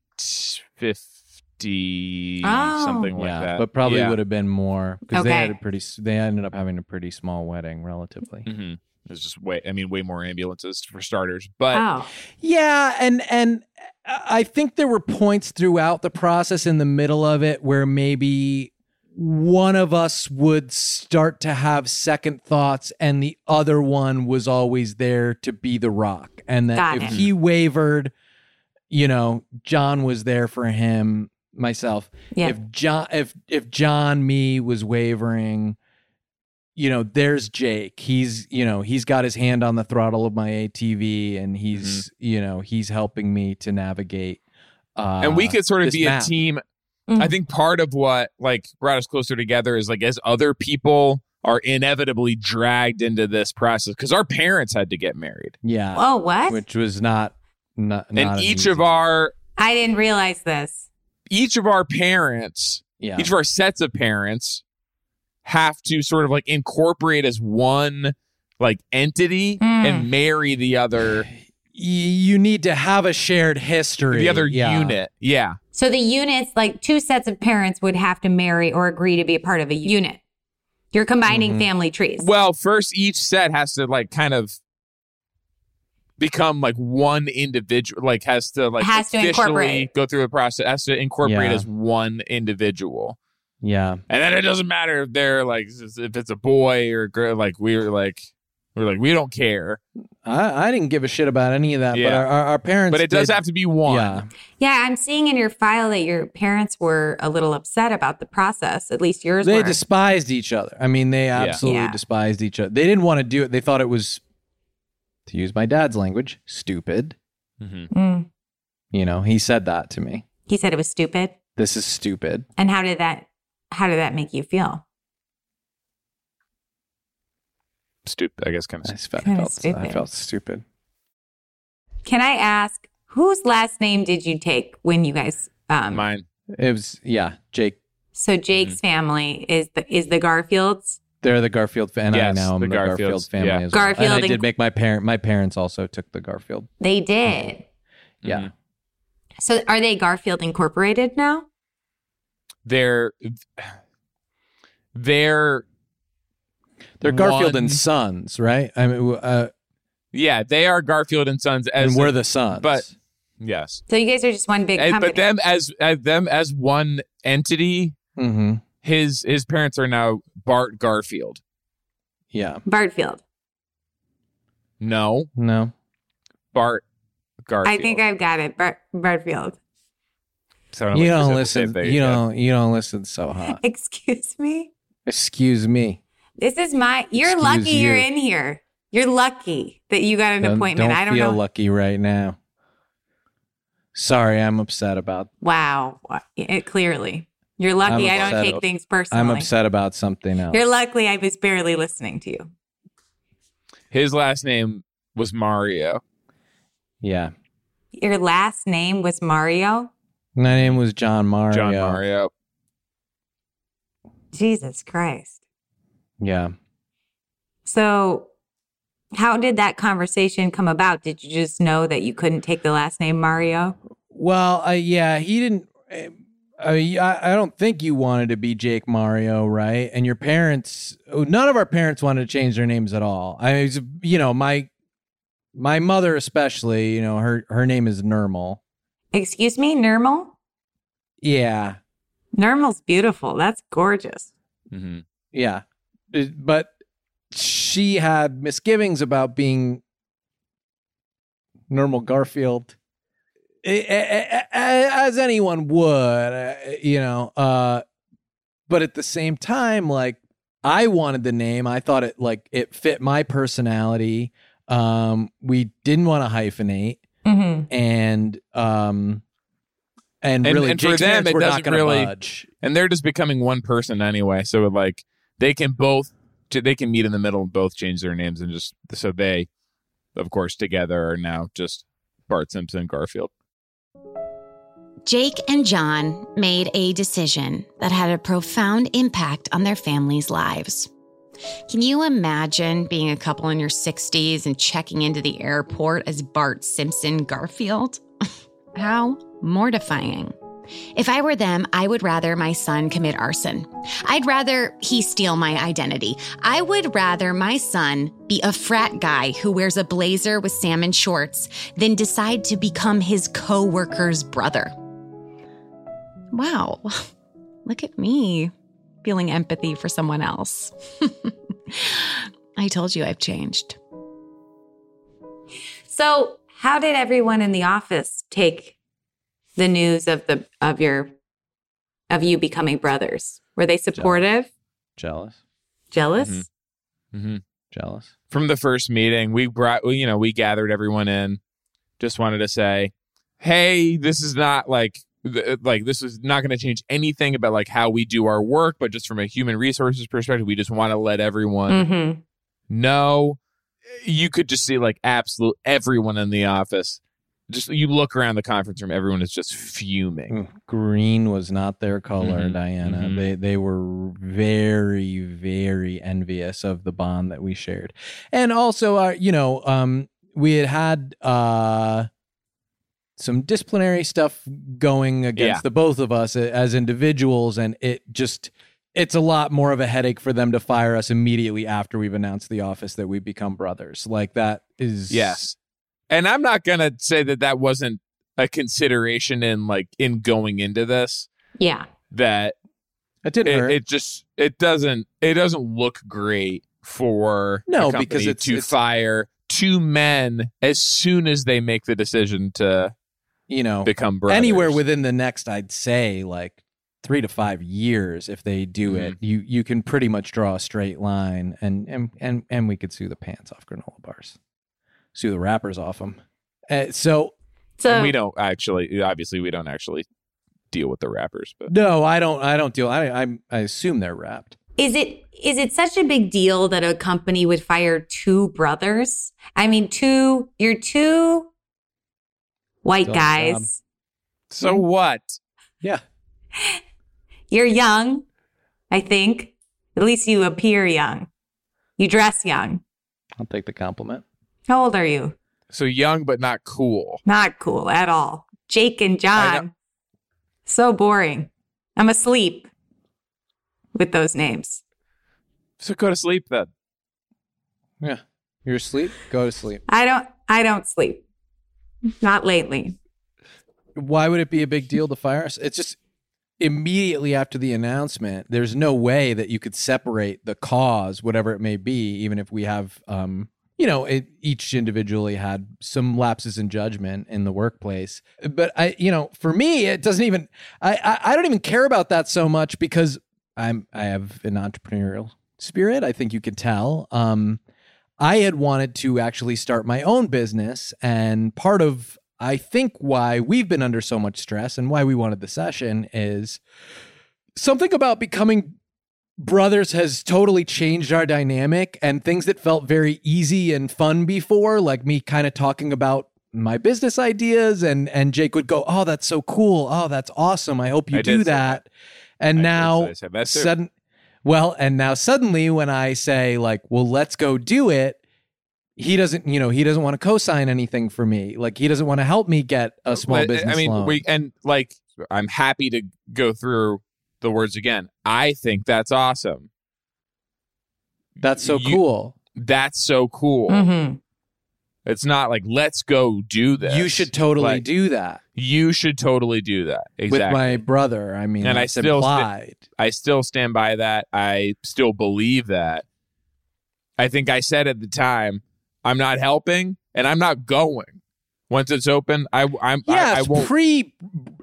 [SPEAKER 4] fifty
[SPEAKER 3] Oh.
[SPEAKER 4] something like
[SPEAKER 5] yeah,
[SPEAKER 4] that.
[SPEAKER 5] but probably
[SPEAKER 4] Yeah.
[SPEAKER 5] would have been more because they
[SPEAKER 3] Okay.
[SPEAKER 5] had a pretty. s- They ended up having a pretty small wedding, relatively.
[SPEAKER 4] Mhm. There's just way I mean, way more ambulances for starters. But
[SPEAKER 3] oh,
[SPEAKER 5] Yeah, and and I think there were points throughout the process in the middle of it where maybe one of us would start to have second thoughts, and the other one was always there to be the rock, and that
[SPEAKER 3] Got
[SPEAKER 5] if
[SPEAKER 3] it.
[SPEAKER 5] he wavered, you know, John was there for him. Myself,
[SPEAKER 3] yeah.
[SPEAKER 5] if John if if John me was wavering, you know, there's Jake. He's you know he's got his
[SPEAKER 4] Mm-hmm.
[SPEAKER 5] hand on the throttle of my ATV, and he's you know he's helping me to navigate. Uh,
[SPEAKER 4] and we could sort of
[SPEAKER 5] this
[SPEAKER 4] be
[SPEAKER 5] map.
[SPEAKER 4] a team.
[SPEAKER 3] Mm.
[SPEAKER 4] I think part of what like brought us closer together is like as other people are inevitably dragged into this process because our parents had to get married,
[SPEAKER 5] Yeah.
[SPEAKER 3] Oh, what?
[SPEAKER 5] uh, Which was not not. not
[SPEAKER 4] and
[SPEAKER 5] an
[SPEAKER 4] each
[SPEAKER 5] easy-
[SPEAKER 4] of our
[SPEAKER 3] I didn't realize this.
[SPEAKER 4] each of our parents,
[SPEAKER 5] yeah.
[SPEAKER 4] each of our sets of parents, have to sort of like incorporate as one like entity
[SPEAKER 3] Mm.
[SPEAKER 4] and marry the other
[SPEAKER 5] Y- you need to have a shared history.
[SPEAKER 4] the other
[SPEAKER 5] Yeah.
[SPEAKER 4] unit. Yeah.
[SPEAKER 3] So the units, like two sets of parents, would have to marry or agree to be a part of a unit. You're combining
[SPEAKER 5] Mhm.
[SPEAKER 3] family trees.
[SPEAKER 4] Well, first each set has to like kind of become like one individual like has to like
[SPEAKER 3] Has to
[SPEAKER 4] officially
[SPEAKER 3] incorporate.
[SPEAKER 4] go through a process has to incorporate
[SPEAKER 5] Yeah.
[SPEAKER 4] as one individual
[SPEAKER 5] Yeah.
[SPEAKER 4] and then it doesn't matter if they're like if it's a boy or a girl like we're like we're like we don't care
[SPEAKER 5] I, I didn't give a shit about any of that, but
[SPEAKER 4] Yeah.
[SPEAKER 5] our, our, our parents.
[SPEAKER 4] but it does
[SPEAKER 5] did-
[SPEAKER 4] have to be one
[SPEAKER 5] Yeah.
[SPEAKER 3] yeah, I'm seeing in your file that your parents were a little upset about the process. At least yours
[SPEAKER 5] They
[SPEAKER 3] were.
[SPEAKER 5] despised each other. I mean, they absolutely
[SPEAKER 3] Yeah.
[SPEAKER 5] despised each other. They didn't want to do it. They thought it was, to use my dad's language, stupid.
[SPEAKER 4] Mhm.
[SPEAKER 3] Mm.
[SPEAKER 5] You know, he said that to me.
[SPEAKER 3] He said it was stupid.
[SPEAKER 5] This is stupid.
[SPEAKER 3] And how did that? How did that make you feel?
[SPEAKER 4] stupid i guess kind
[SPEAKER 5] I
[SPEAKER 4] of
[SPEAKER 5] felt,
[SPEAKER 3] Kinda
[SPEAKER 5] felt- I
[SPEAKER 3] stupid.
[SPEAKER 5] felt stupid.
[SPEAKER 3] Can I ask whose last name did you take when you guys? Um,
[SPEAKER 4] mine Mm.
[SPEAKER 5] It was yeah, Jake.
[SPEAKER 3] so Jake's family is the is the Garfields.
[SPEAKER 5] They're the Garfield fan.
[SPEAKER 4] Yes,
[SPEAKER 5] I now I'm
[SPEAKER 4] the
[SPEAKER 5] the, Garfield
[SPEAKER 4] Garfields,
[SPEAKER 5] family
[SPEAKER 4] yeah.
[SPEAKER 5] as well.
[SPEAKER 3] Garfield
[SPEAKER 5] And I
[SPEAKER 3] and-
[SPEAKER 5] did make my parent. My parents also took the Garfield.
[SPEAKER 3] They did.
[SPEAKER 5] Yeah.
[SPEAKER 4] Mhm.
[SPEAKER 3] So are they Garfield Incorporated now?
[SPEAKER 4] they're they're
[SPEAKER 5] They're Garfield
[SPEAKER 4] One-
[SPEAKER 5] and Sons, right? I mean, w- uh,
[SPEAKER 4] yeah they are garfield and sons as
[SPEAKER 5] and we're the sons.
[SPEAKER 4] but- yes
[SPEAKER 3] So you guys are just one big
[SPEAKER 4] And-
[SPEAKER 3] company.
[SPEAKER 4] but them as, as them as one entity
[SPEAKER 5] hmm
[SPEAKER 4] his his parents are now bart garfield
[SPEAKER 5] yeah,
[SPEAKER 3] Bartfield.
[SPEAKER 4] no
[SPEAKER 5] no,
[SPEAKER 4] bart garfield
[SPEAKER 3] I think I've got it. Bart- Bartfield. (laughs)
[SPEAKER 4] Sounded
[SPEAKER 5] you
[SPEAKER 4] like
[SPEAKER 5] don't
[SPEAKER 4] was the same
[SPEAKER 5] listen.
[SPEAKER 4] thing,
[SPEAKER 5] you
[SPEAKER 4] yeah.
[SPEAKER 5] don't. You don't listen so hot.
[SPEAKER 3] Excuse me.
[SPEAKER 5] Excuse me.
[SPEAKER 3] This is my. You're
[SPEAKER 5] Excuse
[SPEAKER 3] lucky you. are
[SPEAKER 5] you.
[SPEAKER 3] in here. You're lucky that you got an
[SPEAKER 5] Don't-
[SPEAKER 3] appointment.
[SPEAKER 5] Don't
[SPEAKER 3] I don't
[SPEAKER 5] feel
[SPEAKER 3] know.
[SPEAKER 5] lucky right now. Sorry, I'm upset about.
[SPEAKER 3] wow. It, clearly, you're lucky.
[SPEAKER 5] I'm
[SPEAKER 3] I don't
[SPEAKER 5] upset.
[SPEAKER 3] take things personally.
[SPEAKER 5] I'm upset about something else.
[SPEAKER 3] You're lucky. I was barely listening to you.
[SPEAKER 4] his last name was mario
[SPEAKER 5] yeah,
[SPEAKER 3] Your last name was Mario.
[SPEAKER 5] my name was John Mario.
[SPEAKER 4] john mario
[SPEAKER 3] Jesus Christ.
[SPEAKER 5] Yeah.
[SPEAKER 3] So, how did that conversation come about? Did you just know that you couldn't take the last name Mario?
[SPEAKER 5] Well, uh, yeah, he didn't. Uh, uh, I I don't think you wanted to be Jake Mario, right? And your parents, oh, none of our parents wanted to change their names at all. I, it's, you know, my my mother especially, you know, her her name is Nermal.
[SPEAKER 3] Excuse me, Nermal?
[SPEAKER 5] Yeah,
[SPEAKER 3] Nermal's beautiful. That's gorgeous.
[SPEAKER 4] hmm
[SPEAKER 5] yeah, It- but she had misgivings about being Normal Garfield. A- a- a- a- as anyone would, uh, you know. Uh, but at the same time, like I wanted the name. I thought it like it fit my personality. Um, we didn't want to hyphenate,
[SPEAKER 3] Mm-hmm.
[SPEAKER 5] and um, and,
[SPEAKER 4] And-
[SPEAKER 5] really,
[SPEAKER 4] and for
[SPEAKER 5] Jake's
[SPEAKER 4] them,
[SPEAKER 5] parents
[SPEAKER 4] it
[SPEAKER 5] were not
[SPEAKER 4] doesn't
[SPEAKER 5] gonna
[SPEAKER 4] really-
[SPEAKER 5] budge.
[SPEAKER 4] and they're just becoming one person anyway so like they can both they can meet in the middle and both change their names and just so they of course together are now just bart simpson garfield
[SPEAKER 1] Jake and John made a decision that had a profound impact on their families' lives. Can you imagine being a couple in your 60s and checking into the airport as Bart Simpson Garfield? (laughs) How mortifying. If I were them, I would rather my son commit arson. I'd rather he steal my identity. I would rather my son be a frat guy who wears a blazer with salmon shorts than decide to become his coworker's brother. Wow. (laughs) Look at me feeling empathy for someone else. (laughs) I told you I've changed.
[SPEAKER 3] So, how did everyone in the office take the news of the of your of you becoming brothers? Were they supportive?
[SPEAKER 5] Jealous,
[SPEAKER 3] Jealous?
[SPEAKER 4] Mhm. hmm
[SPEAKER 5] jealous.
[SPEAKER 4] from the first meeting, we brought, you know, we gathered everyone in. Just wanted to say, hey, this is not like th- uh, like this is not going to change anything about like how we do our work, but just from a human resources perspective, we just want to let everyone
[SPEAKER 3] Mm-hmm.
[SPEAKER 4] no you could just see like absolute everyone in the office just you look around the conference room everyone is just
[SPEAKER 5] Mm.
[SPEAKER 4] fuming
[SPEAKER 5] Green was not their color,
[SPEAKER 4] Mhm,
[SPEAKER 5] Diana.
[SPEAKER 4] mhm.
[SPEAKER 5] They they were very very envious of the bond that we shared, and also, uh, you know, um, we had had uh, some disciplinary stuff going against
[SPEAKER 4] Yeah.
[SPEAKER 5] the both of us a- as individuals, and it just it's a lot more of a headache for them to fire us immediately after we've announced the office that we become brothers. Like that is
[SPEAKER 4] yes and i'm not gonna say that that wasn't a consideration in like in going into this
[SPEAKER 3] Yeah.
[SPEAKER 4] that
[SPEAKER 5] It did
[SPEAKER 4] it,
[SPEAKER 5] hurt.
[SPEAKER 4] it just it doesn't it doesn't look great for
[SPEAKER 5] No,
[SPEAKER 4] a company
[SPEAKER 5] because it's-
[SPEAKER 4] to
[SPEAKER 5] it's-
[SPEAKER 4] fire two men as soon as they make the decision to
[SPEAKER 5] you know,
[SPEAKER 4] become brothers
[SPEAKER 5] anywhere within the next i'd say like three to five years if they do it you you can pretty much draw a straight line and and and, and we could sue the pants off granola bars sue the wrappers off them uh, so
[SPEAKER 3] So
[SPEAKER 4] And we don't actually obviously we don't actually deal with the rappers but
[SPEAKER 5] no i don't i don't deal i i, I assume they're wrapped
[SPEAKER 3] Is it is it such a big deal that a company would fire two brothers? I mean, two you're two white
[SPEAKER 5] Don't
[SPEAKER 3] guys.
[SPEAKER 4] So
[SPEAKER 3] Mm.
[SPEAKER 4] what?
[SPEAKER 5] yeah
[SPEAKER 3] You're young, I think. At least you appear young. You dress young.
[SPEAKER 5] i'll take the compliment
[SPEAKER 3] How old are you?
[SPEAKER 4] So young but not cool.
[SPEAKER 3] Not cool at all. Jake and John. So boring. I'm asleep with those names.
[SPEAKER 4] So go to sleep then.
[SPEAKER 5] yeah you're asleep go to sleep
[SPEAKER 3] I don't I don't sleep. Not lately.
[SPEAKER 5] why would it be a big deal to fire us? It's just immediately after the announcement, there's no way that you could separate the cause, whatever it may be, even if we have, um, you know, it, each individually had some lapses in judgment in the workplace. But I, you know, for me, it doesn't even, I, I, I don't even care about that so much because I'm, I have an entrepreneurial spirit. I think you can tell. Um, I had wanted to actually start my own business. And part of, I think, why we've been under so much stress and why we wanted the session is something about becoming brothers has totally changed our dynamic and things that felt very easy and fun before, like me kind of talking about my business ideas and and Jake would go, "Oh, that's so cool. Oh, that's awesome. I hope you
[SPEAKER 4] I did
[SPEAKER 5] do
[SPEAKER 4] say
[SPEAKER 5] that." And
[SPEAKER 4] I
[SPEAKER 5] now
[SPEAKER 4] did say that too.
[SPEAKER 5] sudden well and now suddenly when i say like well let's go do it he doesn't you know he doesn't want to co-sign anything for me like he doesn't want to help me get a small
[SPEAKER 4] But,
[SPEAKER 5] business
[SPEAKER 4] I mean,
[SPEAKER 5] loan.
[SPEAKER 4] we and like I'm happy to go through the words again. I think that's awesome.
[SPEAKER 5] that's so
[SPEAKER 4] you-
[SPEAKER 5] cool
[SPEAKER 4] That's so cool.
[SPEAKER 3] Mm-hmm.
[SPEAKER 4] It's not like let's go do this.
[SPEAKER 5] you should totally
[SPEAKER 4] Like,
[SPEAKER 5] do that
[SPEAKER 4] You should totally do that.
[SPEAKER 5] with
[SPEAKER 4] Exactly.
[SPEAKER 5] my brother i mean
[SPEAKER 4] And I
[SPEAKER 5] that's
[SPEAKER 4] still sti-
[SPEAKER 5] implied
[SPEAKER 4] I still stand by that. I still believe that. I think I said at the time, I'm not helping and I'm not going. Once it's open, I I'm I, I
[SPEAKER 5] Yes,
[SPEAKER 4] won't
[SPEAKER 5] pre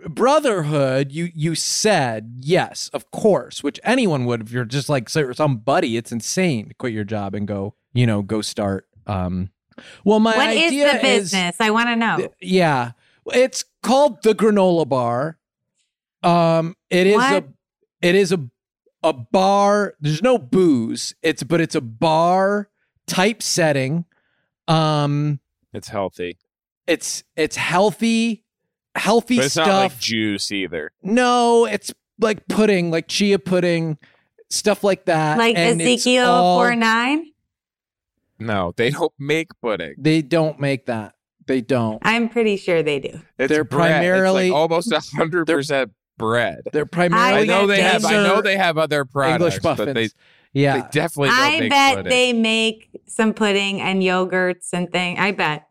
[SPEAKER 5] brotherhood, you you said yes, of course, which anyone would if you're just like so- some buddy. It's insane to quit your job and go, you know, go start. Um, well, my
[SPEAKER 3] What is
[SPEAKER 5] idea
[SPEAKER 3] the business? I want to know.
[SPEAKER 5] Th- yeah, it's called the granola bar. Um, it is
[SPEAKER 3] What?
[SPEAKER 5] a it is a a bar. There's no booze. It's but it's a bar type setting. Um,
[SPEAKER 4] it's healthy.
[SPEAKER 5] it's it's healthy, healthy
[SPEAKER 4] But it's
[SPEAKER 5] stuff.
[SPEAKER 4] not like juice either.
[SPEAKER 5] no, it's like pudding, like chia pudding, stuff like that.
[SPEAKER 3] like
[SPEAKER 5] uh, And it's
[SPEAKER 3] Ezekiel
[SPEAKER 5] all-
[SPEAKER 3] four nine.
[SPEAKER 4] No, they don't make pudding.
[SPEAKER 5] They don't make that. They don't.
[SPEAKER 3] I'm pretty sure they do.
[SPEAKER 4] It's
[SPEAKER 5] They're
[SPEAKER 4] bread. It's like
[SPEAKER 5] primarily-
[SPEAKER 4] almost almost hundred percent bread.
[SPEAKER 5] They're primarily
[SPEAKER 4] I know
[SPEAKER 3] bet
[SPEAKER 4] they have. I
[SPEAKER 5] dessert
[SPEAKER 4] know they have other products,
[SPEAKER 5] English
[SPEAKER 4] but
[SPEAKER 5] muffins.
[SPEAKER 4] they, they
[SPEAKER 5] yeah,
[SPEAKER 4] definitely. Don't
[SPEAKER 3] I
[SPEAKER 4] make
[SPEAKER 3] bet
[SPEAKER 4] pudding.
[SPEAKER 3] they make some pudding and yogurts and thing. I bet.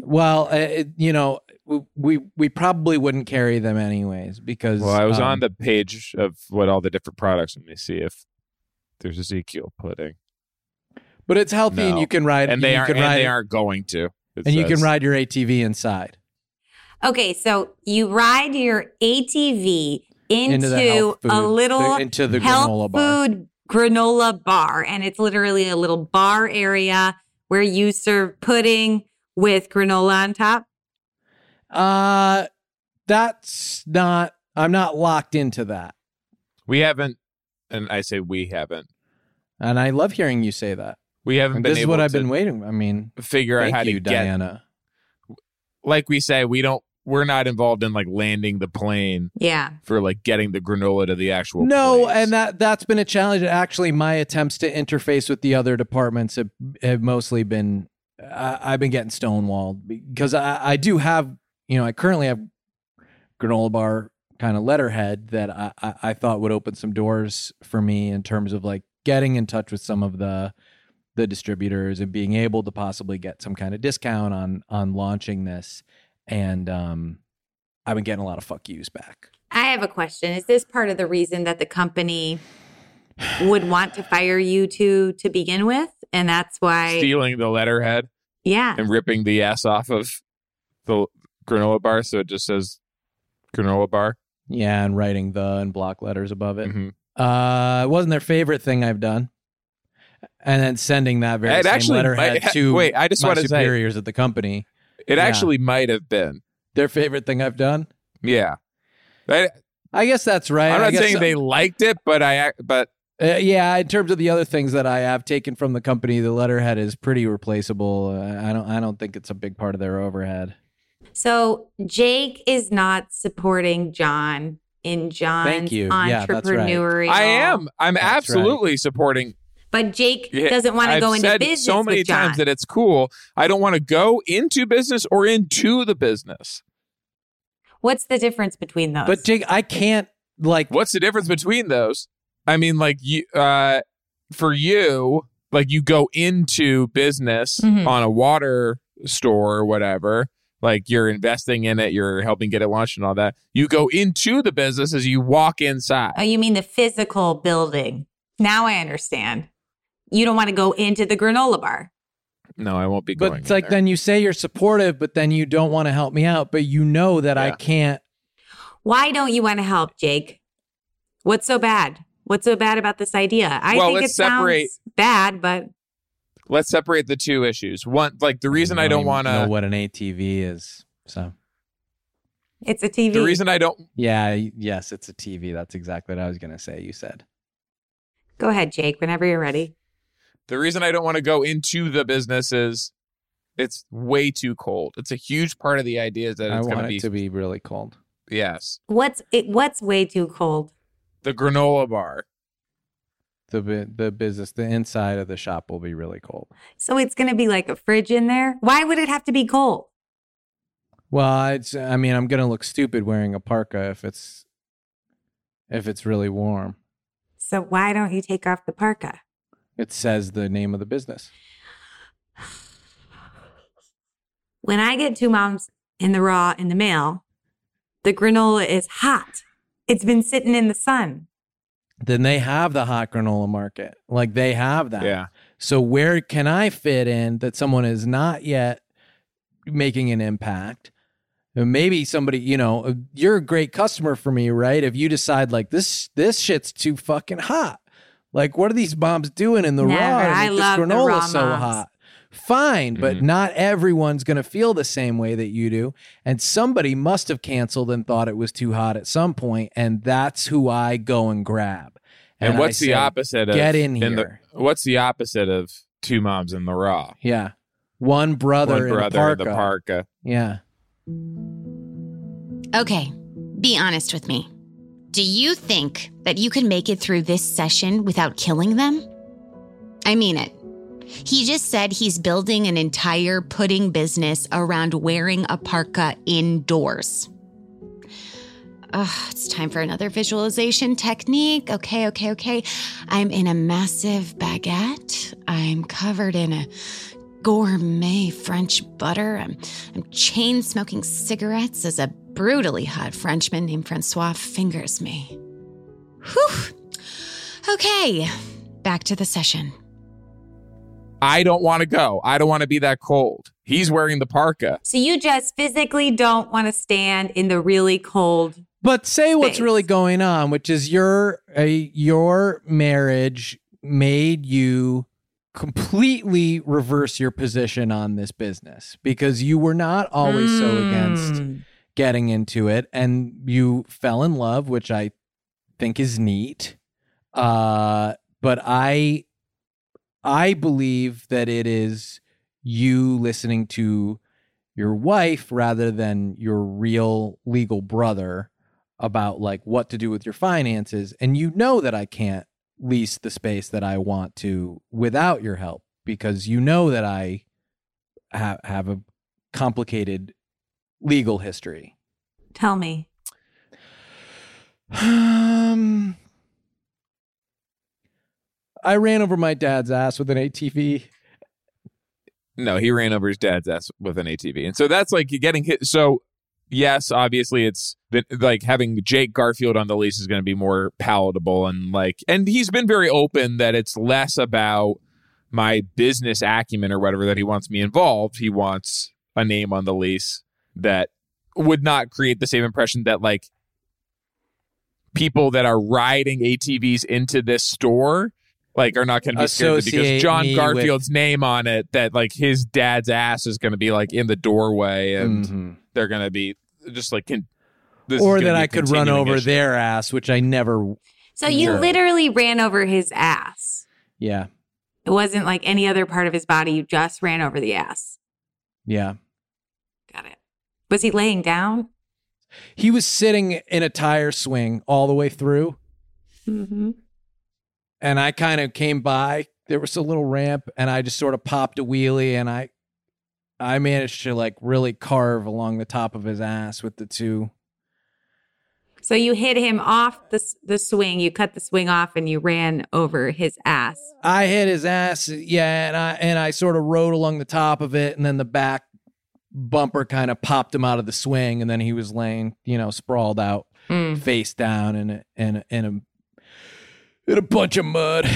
[SPEAKER 5] Well, uh, it, you know, w- we we probably wouldn't carry them anyways because.
[SPEAKER 4] Well, I was
[SPEAKER 5] um,
[SPEAKER 4] on the page of what all the different products, and they see if there's Ezekiel pudding,
[SPEAKER 5] But it's healthy, and
[SPEAKER 4] No.
[SPEAKER 5] you can ride.
[SPEAKER 4] and they
[SPEAKER 5] you
[SPEAKER 4] aren't.
[SPEAKER 5] Can
[SPEAKER 4] And
[SPEAKER 5] ride,
[SPEAKER 4] they aren't going to. It
[SPEAKER 5] and you can
[SPEAKER 4] says.
[SPEAKER 5] ride your ATV inside.
[SPEAKER 3] Okay, so you ride your ATV into,
[SPEAKER 5] Into the health food,
[SPEAKER 3] a little
[SPEAKER 5] the- into the
[SPEAKER 3] health
[SPEAKER 5] granola bar.
[SPEAKER 3] food granola bar, and it's literally a little bar area where you serve pudding with granola on top.
[SPEAKER 5] Uh, that's not. I'm not locked into that,
[SPEAKER 4] We haven't, and I say we haven't.
[SPEAKER 5] and I love hearing you say that.
[SPEAKER 4] We haven't been
[SPEAKER 5] This is
[SPEAKER 4] able
[SPEAKER 5] what I've
[SPEAKER 4] to
[SPEAKER 5] been waiting. I mean,
[SPEAKER 4] figure out
[SPEAKER 5] thank
[SPEAKER 4] how
[SPEAKER 5] you,
[SPEAKER 4] to get.
[SPEAKER 5] Diana.
[SPEAKER 4] Like we say, we don't. We're not involved in like landing the plane
[SPEAKER 3] Yeah.
[SPEAKER 4] for like getting the granola to the actual.
[SPEAKER 5] no,
[SPEAKER 4] place.
[SPEAKER 5] and that that's been a challenge. Actually, my attempts to interface with the other departments have, have mostly been I, I've been getting stonewalled because I, I do have you know I currently have granola bar kind of letterhead that I, I I thought would open some doors for me in terms of like getting in touch with some of the the distributors and being able to possibly get some kind of discount on on launching this and um I've been getting a lot of fuck yous back.
[SPEAKER 3] I have a question. Is this part of the reason that the company would want to fire you two to begin with? And that's why,
[SPEAKER 4] stealing the letterhead
[SPEAKER 3] yeah.
[SPEAKER 4] and ripping the ass off of the granola bar, so it just says granola bar.
[SPEAKER 5] Yeah, and writing the and block letters above it.
[SPEAKER 4] Mhm.
[SPEAKER 5] Uh, it wasn't their favorite thing I've done. And then sending that very
[SPEAKER 4] It
[SPEAKER 5] same
[SPEAKER 4] actually
[SPEAKER 5] letterhead
[SPEAKER 4] might-
[SPEAKER 5] to
[SPEAKER 4] wait, I just
[SPEAKER 5] my
[SPEAKER 4] wanna say-
[SPEAKER 5] superiors at the company.
[SPEAKER 4] It
[SPEAKER 5] Yeah.
[SPEAKER 4] actually might have been.
[SPEAKER 5] Their favorite thing I've done.
[SPEAKER 4] Yeah. I,
[SPEAKER 5] I guess that's right.
[SPEAKER 4] I'm
[SPEAKER 5] I
[SPEAKER 4] not
[SPEAKER 5] guess
[SPEAKER 4] saying
[SPEAKER 5] some-
[SPEAKER 4] they liked it, but I ac- but
[SPEAKER 5] Uh, yeah, in terms of the other things that I have taken from the company, the letterhead is pretty replaceable. Uh, I don't. I don't think it's a big part of their overhead.
[SPEAKER 3] So Jake is not supporting John in John's
[SPEAKER 5] Thank you. Yeah, that's right.
[SPEAKER 3] entrepreneurial.
[SPEAKER 4] I am. I'm
[SPEAKER 5] That's right.
[SPEAKER 4] absolutely supporting.
[SPEAKER 3] But Jake
[SPEAKER 4] Yeah,
[SPEAKER 3] doesn't want to
[SPEAKER 4] I've
[SPEAKER 3] go into
[SPEAKER 4] said
[SPEAKER 3] business
[SPEAKER 4] so many
[SPEAKER 3] with John.
[SPEAKER 4] times that it's cool. I don't want to go into business or into the business.
[SPEAKER 3] What's the difference between those?
[SPEAKER 5] But Jake, I can't like.
[SPEAKER 4] What's the difference between those? I mean, like you, uh, for you, like you go into business
[SPEAKER 3] Mhm.
[SPEAKER 4] on a water store or whatever. Like you're investing in it, you're helping get it launched and all that. You go into the business as you walk inside.
[SPEAKER 3] oh, you mean the physical building. Now I understand. You don't want to go into the granola bar.
[SPEAKER 4] no, I won't be going.
[SPEAKER 5] But it's
[SPEAKER 4] in
[SPEAKER 5] like
[SPEAKER 4] there.
[SPEAKER 5] then you say you're supportive, but then you don't want to help me out. But you know that I
[SPEAKER 4] Yeah.
[SPEAKER 5] can't
[SPEAKER 3] Why don't you want to help, Jake? What's so bad? What's so bad about this idea? I
[SPEAKER 4] Well,
[SPEAKER 3] think
[SPEAKER 4] let's
[SPEAKER 3] it sounds
[SPEAKER 4] separate-
[SPEAKER 3] bad, but
[SPEAKER 4] let's separate the two issues. One, like the reason I don't
[SPEAKER 5] even
[SPEAKER 4] want
[SPEAKER 5] know
[SPEAKER 4] to,
[SPEAKER 5] what an ATV is. So
[SPEAKER 3] it's a TV.
[SPEAKER 4] the reason I don't,
[SPEAKER 5] yeah, y- yes, it's a TV. That's exactly what I was gonna say. You said
[SPEAKER 3] go ahead, Jake, whenever you're ready.
[SPEAKER 4] the reason I don't want to go into the business is it's way too cold. It's a huge part of the idea is that
[SPEAKER 5] I
[SPEAKER 4] it's going
[SPEAKER 5] want it to be really cold.
[SPEAKER 4] yes,
[SPEAKER 3] What's it, what's way too cold?
[SPEAKER 4] the granola bar.
[SPEAKER 5] The bu- the business, the inside of the shop will be really cold.
[SPEAKER 3] So it's going to be like a fridge in there. Why would it have to be cold?
[SPEAKER 5] Well, it's, I mean, I'm gonna look stupid wearing a parka if it's if it's really warm.
[SPEAKER 3] So why don't you take off the parka?
[SPEAKER 5] It says the name of the business.
[SPEAKER 3] When I get two moms in the raw in the mail, the granola is hot. It's been sitting in the sun.
[SPEAKER 5] Then they have the hot granola market, like they have that.
[SPEAKER 4] Yeah,
[SPEAKER 5] So where can I fit in that someone is not yet making an impact? And Maybe somebody, you know, uh, you're a great customer for me, right? If you decide like this, this shit's too fucking hot. Like, what are these moms doing in the
[SPEAKER 3] Never.
[SPEAKER 5] raw? to
[SPEAKER 3] I
[SPEAKER 5] make this
[SPEAKER 3] love the
[SPEAKER 5] granola
[SPEAKER 3] raw
[SPEAKER 5] so
[SPEAKER 3] moms.
[SPEAKER 5] hot. Fine, but
[SPEAKER 4] Mhm.
[SPEAKER 5] not everyone's going to feel the same way that you do. And somebody must have canceled and thought it was too hot at some point, and that's who I go and grab.
[SPEAKER 4] and,
[SPEAKER 5] I
[SPEAKER 4] what's the
[SPEAKER 5] say,
[SPEAKER 4] opposite? Of,
[SPEAKER 5] Get in
[SPEAKER 4] the-
[SPEAKER 5] here.
[SPEAKER 4] what's the opposite of two moms in the raw?
[SPEAKER 5] Yeah. One brother,
[SPEAKER 4] One
[SPEAKER 5] in a
[SPEAKER 4] brother in the
[SPEAKER 5] parka.
[SPEAKER 4] parka.
[SPEAKER 5] Yeah.
[SPEAKER 1] Okay, be honest with me. Do you think that you could make it through this session without killing them? I mean it. He just said he's building an entire pudding business around wearing a parka indoors. Ugh, it's time for another visualization technique. Okay, okay, okay. I'm in a massive baguette. I'm covered in a gourmet French butter. I'm, I'm chain smoking cigarettes as a brutally hot Frenchman named Francois fingers me. Whew. Okay, back to the session.
[SPEAKER 4] I don't want to go. I don't want to be that cold. He's wearing the parka.
[SPEAKER 3] So you just physically don't want to stand in the really cold.
[SPEAKER 5] But say what's
[SPEAKER 3] Space.
[SPEAKER 5] really going on, which is your a, your marriage made you completely reverse your position on this business because you were not always so against
[SPEAKER 3] Mm.
[SPEAKER 5] getting into it and you fell in love which i think is neat uh but i i believe that it is you listening to your wife rather than your real legal brother about like what to do with your finances and you know that i can't lease the space that i want to without your help because you know that i ha- have a complicated legal history
[SPEAKER 3] Tell me.
[SPEAKER 5] um, I ran over my dad's ass with an ATV.
[SPEAKER 4] No, he ran over his dad's ass with an ATV. And so that's like you're getting hit. So, yes, obviously it's the, like having Jake Garfield on the lease is going to be more palatable. And like, and he's been very open that it's less about my business acumen or whatever that he wants me involved. He wants a name on the lease that would not create the same impression that like people that are riding ATVs into this store like are not going to be scared because
[SPEAKER 5] Associate
[SPEAKER 4] John
[SPEAKER 5] me
[SPEAKER 4] Garfield's its name on it that like his dad's ass is going to be like in the doorway and
[SPEAKER 5] Mm-hmm.
[SPEAKER 4] they're going to be just like can this is
[SPEAKER 5] Or
[SPEAKER 4] gonna
[SPEAKER 5] that
[SPEAKER 4] be a
[SPEAKER 5] I could run
[SPEAKER 4] continuing
[SPEAKER 5] over
[SPEAKER 4] issue.
[SPEAKER 5] their ass, which I never.
[SPEAKER 3] So you
[SPEAKER 5] Sure.
[SPEAKER 3] literally ran over his ass.
[SPEAKER 5] Yeah,
[SPEAKER 3] It wasn't like any other part of his body. You just ran over the ass.
[SPEAKER 5] yeah.
[SPEAKER 3] Got it. Was he laying down?
[SPEAKER 5] He was sitting in a tire swing all the way through,
[SPEAKER 3] Mm-hmm.
[SPEAKER 5] and I kind of came by. There was a little ramp, and I just sort of popped a wheelie, and I, I managed to like really carve along the top of his ass with the two.
[SPEAKER 3] So you hit him off the s- the swing. You cut the swing off, and you ran over his ass.
[SPEAKER 5] I hit his ass, yeah, and I and I sort of rode along the top of it, and then the back bumper kind of popped him out of the swing, and then he was laying, you know, sprawled out,
[SPEAKER 3] Mm.
[SPEAKER 5] face down, in a, in a, in a in a bunch of mud.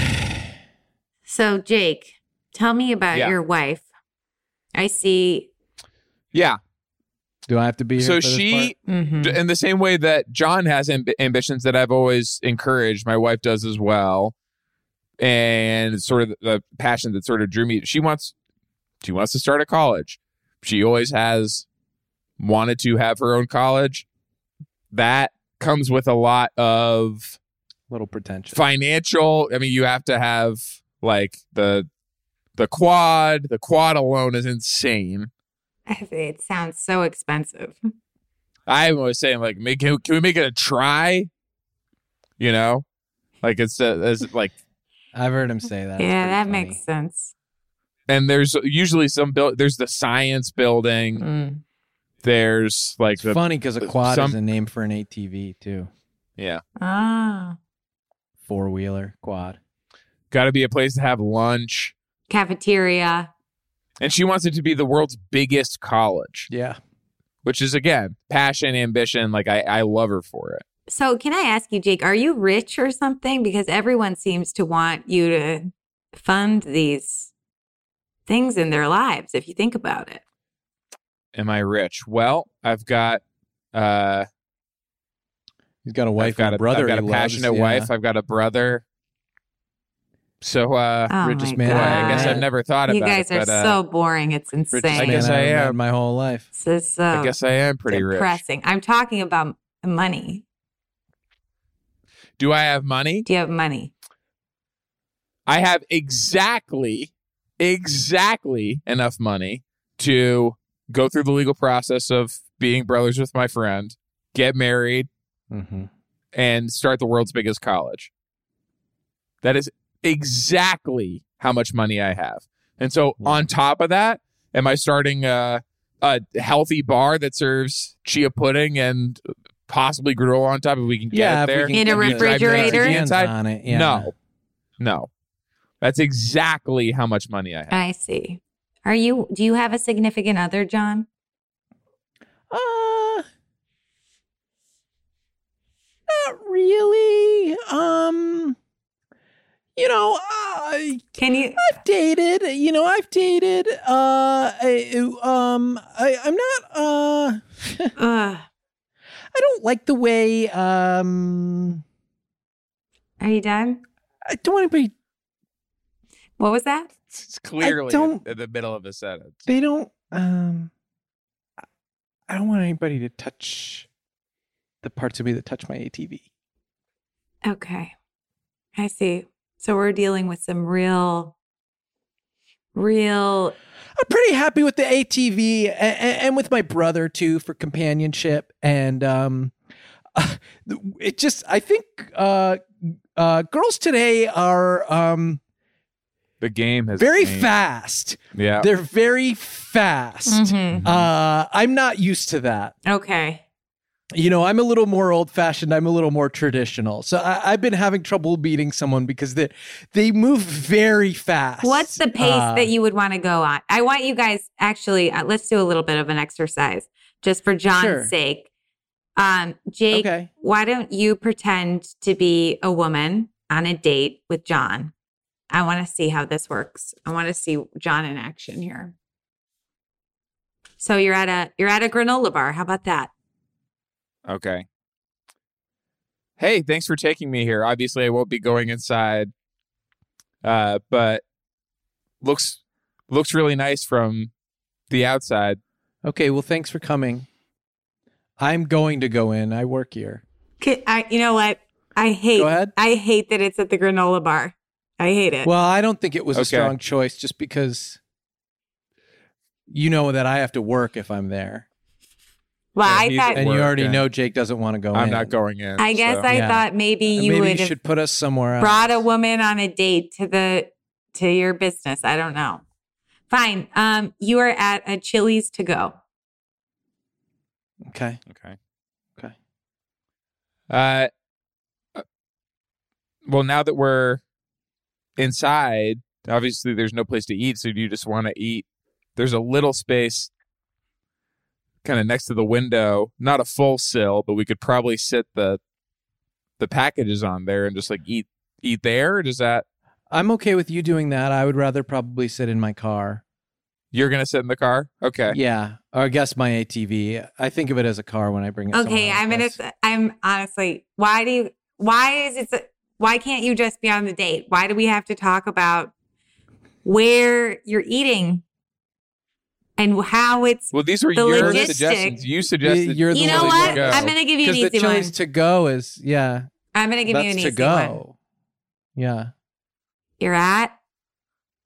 [SPEAKER 3] So Jake, tell me about
[SPEAKER 4] Yeah.
[SPEAKER 3] your wife. I see.
[SPEAKER 4] yeah
[SPEAKER 5] Do I have to be here?
[SPEAKER 4] so
[SPEAKER 5] for this
[SPEAKER 4] she
[SPEAKER 5] part? Mm-hmm.
[SPEAKER 3] Mhm.
[SPEAKER 4] D- in the same way that John has amb- ambitions that I've always encouraged, my wife does as well, and it's sort of the passion that sort of drew me. She wants, she wants to start a college. She always has wanted to have her own college. That comes with a lot of
[SPEAKER 5] a little pretentious.
[SPEAKER 4] financial i mean you have to have like the the quad the quad alone is insane
[SPEAKER 3] It sounds so expensive.
[SPEAKER 4] i'm always saying like make, can, can we make it a try you know like it's, uh, it's like
[SPEAKER 5] I've heard him say that. It's
[SPEAKER 3] yeah, that
[SPEAKER 5] pretty funny.
[SPEAKER 3] makes sense.
[SPEAKER 4] and there's usually some build there's the science building
[SPEAKER 3] Mm.
[SPEAKER 4] there's like
[SPEAKER 5] It's
[SPEAKER 4] the
[SPEAKER 5] funny because a quad
[SPEAKER 4] some-
[SPEAKER 5] is a name for an ATV too.
[SPEAKER 4] yeah
[SPEAKER 3] Ah,
[SPEAKER 5] Four wheeler quad.
[SPEAKER 4] gotta be a place to have lunch
[SPEAKER 3] cafeteria.
[SPEAKER 4] and she wants it to be the world's biggest college
[SPEAKER 5] Yeah.
[SPEAKER 4] which is again passion ambition like i i love her for it
[SPEAKER 3] So, can I ask you, Jake, are you rich or something? Because everyone seems to want you to fund these things in their lives if you think about it.
[SPEAKER 4] am i rich well i've got uh
[SPEAKER 5] He's got a wife
[SPEAKER 4] I've got
[SPEAKER 5] and
[SPEAKER 4] a-
[SPEAKER 5] a brother.
[SPEAKER 4] I've got
[SPEAKER 5] he
[SPEAKER 4] a
[SPEAKER 5] loves,
[SPEAKER 4] passionate
[SPEAKER 5] yeah.
[SPEAKER 4] wife. I've got a brother. So uh,
[SPEAKER 3] Oh
[SPEAKER 5] richest
[SPEAKER 3] my
[SPEAKER 5] man
[SPEAKER 4] boy,
[SPEAKER 3] God.
[SPEAKER 4] I guess I've never thought
[SPEAKER 3] You
[SPEAKER 4] about
[SPEAKER 3] guys
[SPEAKER 4] it.
[SPEAKER 3] are
[SPEAKER 4] but, uh,
[SPEAKER 3] so boring. It's insane.
[SPEAKER 5] Richest man I guess I am my whole life.
[SPEAKER 3] This is so
[SPEAKER 4] I guess I am pretty rich.
[SPEAKER 3] depressing. I'm talking about money.
[SPEAKER 4] Do I have money?
[SPEAKER 3] Do you have money?
[SPEAKER 4] I have exactly, exactly enough money to go through the legal process of being brothers with my friend, get married,
[SPEAKER 5] Mm-hmm.
[SPEAKER 4] and start the world's biggest college. That is exactly how much money I have. And so
[SPEAKER 5] Yeah.
[SPEAKER 4] on top of that, am I starting a, a healthy bar that serves chia pudding and possibly griddle on top if we can get
[SPEAKER 5] yeah,
[SPEAKER 4] it there?
[SPEAKER 3] can In a
[SPEAKER 4] Can you drive there
[SPEAKER 3] refrigerator?
[SPEAKER 4] to the inside?
[SPEAKER 5] on it. Yeah.
[SPEAKER 4] No. No. That's exactly how much money I have.
[SPEAKER 3] I see. Are you do you have a significant other, John?
[SPEAKER 5] Uh, not really. Um, you know, I,
[SPEAKER 3] Can (laughs) you
[SPEAKER 5] I've dated. You know, I've dated. Uh, I, um, I, I'm not. Uh,
[SPEAKER 3] Ugh.
[SPEAKER 5] I don't like the way. Um,
[SPEAKER 3] are you done?
[SPEAKER 5] I don't want anybody
[SPEAKER 3] What was that?
[SPEAKER 4] It's clearly
[SPEAKER 5] don't-
[SPEAKER 4] in the middle of a sentence.
[SPEAKER 5] They don't. Um, I- I don't want anybody to touch the parts of me that touch my ATV.
[SPEAKER 3] Okay. I see. So we're dealing with some real, real.
[SPEAKER 5] I'm pretty happy with the ATV and, and with my brother too for companionship. And um, (laughs) it just, I think uh, uh, girls today are um,
[SPEAKER 4] The game has
[SPEAKER 5] very
[SPEAKER 4] changed.
[SPEAKER 5] fast.
[SPEAKER 4] Yeah.
[SPEAKER 5] They're very fast.
[SPEAKER 3] Mm-hmm.
[SPEAKER 5] Uh, I'm not used to that.
[SPEAKER 3] Okay.
[SPEAKER 5] You know, I'm a little more old fashioned. I'm a little more traditional. So I, I've been having trouble beating someone because they they move very fast.
[SPEAKER 3] What's the pace
[SPEAKER 5] Uh,
[SPEAKER 3] that you would want to go on? I want you guys actually, uh, let's do a little bit of an exercise just for John's
[SPEAKER 5] Sure.
[SPEAKER 3] sake. Um, Jake,
[SPEAKER 5] Okay.
[SPEAKER 3] why don't you pretend to be a woman on a date with John? I want to see how this works. I want to see John in action here. So you're at a you're at a granola bar. How about that?
[SPEAKER 4] Okay. Hey, thanks for taking me here. Obviously, I won't be going inside, uh, but looks looks really nice from the outside.
[SPEAKER 5] Okay, well, thanks for coming. I'm going to go in. I work here.
[SPEAKER 3] Could- I, you know what? I hate.
[SPEAKER 5] Go ahead.
[SPEAKER 3] I hate that it's at the granola bar. I hate it.
[SPEAKER 5] Well, I don't think it was a
[SPEAKER 4] Okay.
[SPEAKER 5] strong choice just because you know that I have to work if I'm there.
[SPEAKER 3] well
[SPEAKER 4] yeah,
[SPEAKER 3] I
[SPEAKER 4] he's-
[SPEAKER 3] thought.
[SPEAKER 5] And you
[SPEAKER 4] Work,
[SPEAKER 5] already
[SPEAKER 4] yeah.
[SPEAKER 5] know Jake doesn't want to go
[SPEAKER 4] I'm
[SPEAKER 5] in.
[SPEAKER 4] not going in.
[SPEAKER 3] I guess
[SPEAKER 4] so-
[SPEAKER 3] I
[SPEAKER 5] Yeah.
[SPEAKER 3] thought maybe you
[SPEAKER 5] Maybe you
[SPEAKER 3] would
[SPEAKER 5] should
[SPEAKER 3] have
[SPEAKER 5] put us somewhere else.
[SPEAKER 3] brought a woman on a date to the to your business. I don't know. Fine. Um, you are at a Chili's to go.
[SPEAKER 5] Okay.
[SPEAKER 4] Okay.
[SPEAKER 5] Okay.
[SPEAKER 4] Uh, well, now that we're inside, obviously there's no place to eat, so do you just want to eat? There's a little space kind of next to the window, not a full sill, but we could probably sit the the packages on there and just like eat eat there. Or does that
[SPEAKER 5] I'm okay with you doing that. I would rather probably sit in my car.
[SPEAKER 4] you're gonna sit in the car? Okay.
[SPEAKER 5] Yeah. Or I guess my ATV. I think of it as a car when I bring it.
[SPEAKER 3] Okay,
[SPEAKER 5] somewhere
[SPEAKER 3] I'm gonna.
[SPEAKER 5] else.
[SPEAKER 3] I'm honestly. Why do you? Why is it? Why can't you just be on the date? Why do we have to talk about where you're eating and how it's?
[SPEAKER 4] Well, these were
[SPEAKER 3] The
[SPEAKER 4] your
[SPEAKER 3] logistics-
[SPEAKER 4] suggestions. You suggested
[SPEAKER 5] You're the
[SPEAKER 3] you know
[SPEAKER 5] one
[SPEAKER 3] what?
[SPEAKER 5] Go.
[SPEAKER 3] I'm gonna give you an
[SPEAKER 5] Because
[SPEAKER 3] easy
[SPEAKER 5] the
[SPEAKER 3] one.
[SPEAKER 5] choice to go is yeah.
[SPEAKER 3] I'm gonna give
[SPEAKER 5] that's
[SPEAKER 3] you an
[SPEAKER 5] to
[SPEAKER 3] easy
[SPEAKER 5] go.
[SPEAKER 3] one.
[SPEAKER 5] Yeah.
[SPEAKER 3] You're at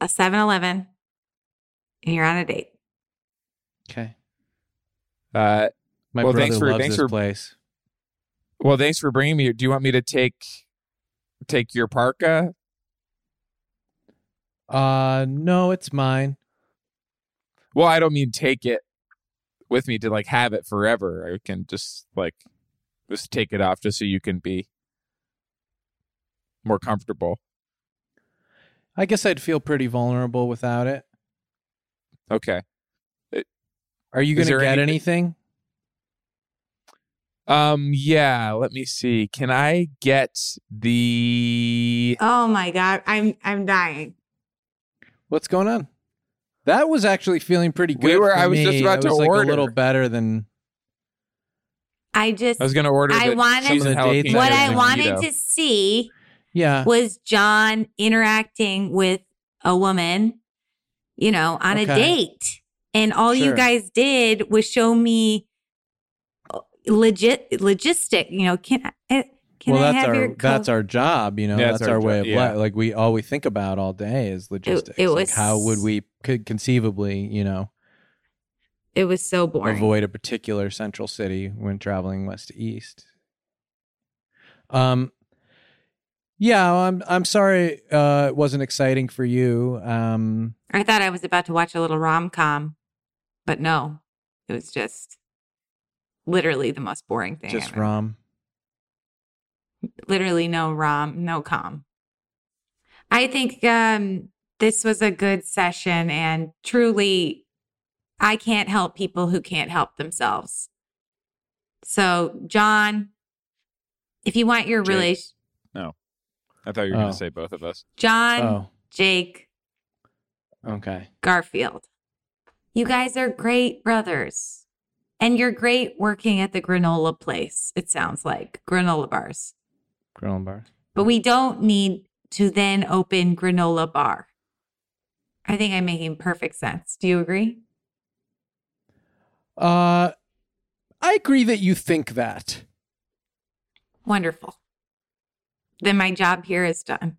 [SPEAKER 3] a 7-Eleven and you're on a date.
[SPEAKER 5] Okay.
[SPEAKER 4] uh,
[SPEAKER 5] My
[SPEAKER 4] Well,
[SPEAKER 5] brother
[SPEAKER 4] thanks for-
[SPEAKER 5] loves
[SPEAKER 4] thanks
[SPEAKER 5] this
[SPEAKER 4] for-
[SPEAKER 5] place.
[SPEAKER 4] Well, thanks for bringing me. Do you want me to take take your parka?
[SPEAKER 5] Uh, no, it's mine.
[SPEAKER 4] Well, I don't mean take it with me to like have it forever. I can just like just take it off just so you can be more comfortable.
[SPEAKER 5] I guess I'd feel pretty vulnerable without it.
[SPEAKER 4] Okay. Uh,
[SPEAKER 5] Are you
[SPEAKER 4] Is
[SPEAKER 5] going to
[SPEAKER 4] there
[SPEAKER 5] get
[SPEAKER 4] anything-
[SPEAKER 5] anything?
[SPEAKER 4] Um yeah, let me see. Can I get the
[SPEAKER 3] Oh my god, I'm I'm dying.
[SPEAKER 5] What's going on? That was actually feeling pretty good.
[SPEAKER 4] We were-
[SPEAKER 5] for
[SPEAKER 4] I was just
[SPEAKER 5] me.
[SPEAKER 4] about
[SPEAKER 5] I
[SPEAKER 4] to
[SPEAKER 5] was, like,
[SPEAKER 4] order.
[SPEAKER 5] a little better than
[SPEAKER 3] I just
[SPEAKER 4] I was going to order
[SPEAKER 3] I
[SPEAKER 4] the
[SPEAKER 3] wanted-
[SPEAKER 4] cheese and
[SPEAKER 5] Some of the
[SPEAKER 4] jalapenos
[SPEAKER 5] dates
[SPEAKER 3] what I
[SPEAKER 4] and
[SPEAKER 3] wanted
[SPEAKER 4] keto.
[SPEAKER 3] to see
[SPEAKER 5] yeah.
[SPEAKER 3] was John interacting with a woman, you know, on a
[SPEAKER 5] Okay.
[SPEAKER 3] date. And all you
[SPEAKER 5] Sure.
[SPEAKER 3] guys did was show me uh, legit logistic, you know, can I eh, can
[SPEAKER 5] well,
[SPEAKER 3] I
[SPEAKER 5] that's
[SPEAKER 3] have
[SPEAKER 5] our
[SPEAKER 3] your
[SPEAKER 5] that's our job. You know,
[SPEAKER 4] Yeah,
[SPEAKER 5] that's,
[SPEAKER 4] that's
[SPEAKER 5] our,
[SPEAKER 4] our
[SPEAKER 5] way
[SPEAKER 4] job,
[SPEAKER 5] of
[SPEAKER 4] yeah.
[SPEAKER 5] life. Like we all we think about all day is logistics.
[SPEAKER 3] it
[SPEAKER 5] Like,
[SPEAKER 3] was-
[SPEAKER 5] how would we could conceivably, you know,
[SPEAKER 3] it was so boring.
[SPEAKER 5] avoid a particular central city when traveling west to east. Um, yeah, well, I'm I'm sorry uh, it wasn't exciting for you. Um,
[SPEAKER 3] I thought I was about to watch a little rom com, but no, it was just literally the most boring thing.
[SPEAKER 5] just
[SPEAKER 3] ever.
[SPEAKER 5] Rom.
[SPEAKER 3] Literally no rom, no com. I think um, this was a good session, and truly, I can't help people who can't help themselves. So, John, if you want your
[SPEAKER 4] Jake.
[SPEAKER 3] relation,
[SPEAKER 4] I thought you were
[SPEAKER 5] Oh.
[SPEAKER 4] going to say both of us.
[SPEAKER 3] John,
[SPEAKER 5] Oh,
[SPEAKER 3] Jake,
[SPEAKER 5] okay.
[SPEAKER 3] Garfield. You guys are great brothers. And you're great working at the granola place, it sounds like granola bars.
[SPEAKER 5] Granola bar.
[SPEAKER 3] But we don't need to then open granola bar. I think I'm making perfect sense. Do you agree?
[SPEAKER 5] Uh, I agree that you think that.
[SPEAKER 3] Wonderful. Then my job here is done.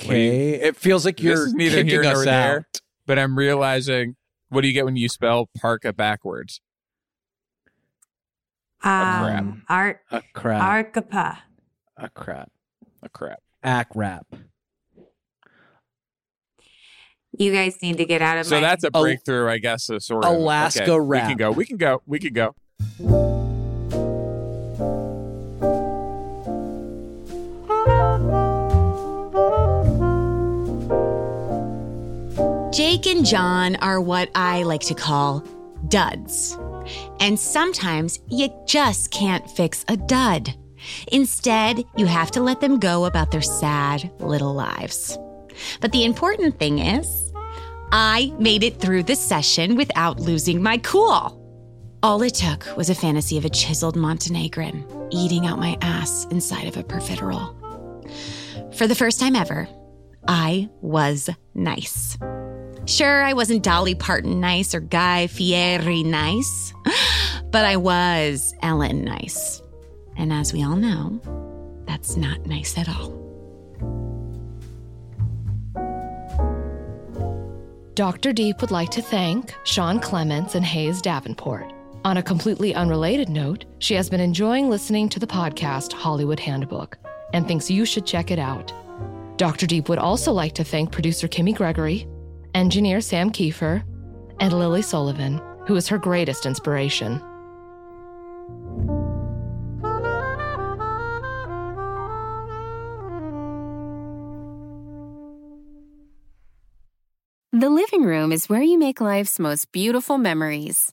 [SPEAKER 5] Okay. it feels like
[SPEAKER 4] This
[SPEAKER 5] you're
[SPEAKER 4] is neither
[SPEAKER 5] kicking
[SPEAKER 4] here nor
[SPEAKER 5] us
[SPEAKER 4] there.
[SPEAKER 5] out.
[SPEAKER 4] But I'm realizing what do you get when you spell parka backwards? crap.
[SPEAKER 3] Um, art
[SPEAKER 5] A crap.
[SPEAKER 3] Arcapa.
[SPEAKER 5] a crap.
[SPEAKER 4] Oh, crap.
[SPEAKER 5] Ack rap.
[SPEAKER 3] You guys need to get out of
[SPEAKER 4] So
[SPEAKER 3] my
[SPEAKER 4] that's a breakthrough, I guess. Of, sort of. Okay,
[SPEAKER 5] Alaska
[SPEAKER 4] We
[SPEAKER 5] wrap.
[SPEAKER 4] can go. We can go. We can go.
[SPEAKER 1] Jake and John are what I like to call duds. And sometimes you just can't fix a dud. Instead, you have to let them go about their sad little lives. But the important thing is, I made it through the session without losing my cool. All it took was a fantasy of a chiseled Montenegrin eating out my ass inside of a profiterole. For the first time ever, I was nice. Sure, I wasn't Dolly Parton nice or Guy Fieri nice, (gasps) but I was Ellen nice. And as we all know, that's not nice at all.
[SPEAKER 2] Dr. Deep would like to thank Sean Clements and Hayes Davenport. On a completely unrelated note, she has been enjoying listening to the podcast Hollywood Handbook and thinks you should check it out. Dr. Deep would also like to thank producer Kimmy Gregory, engineer Sam Kiefer, and Lily Sullivan, who is her greatest inspiration.
[SPEAKER 6] The living room is where you make life's most beautiful memories.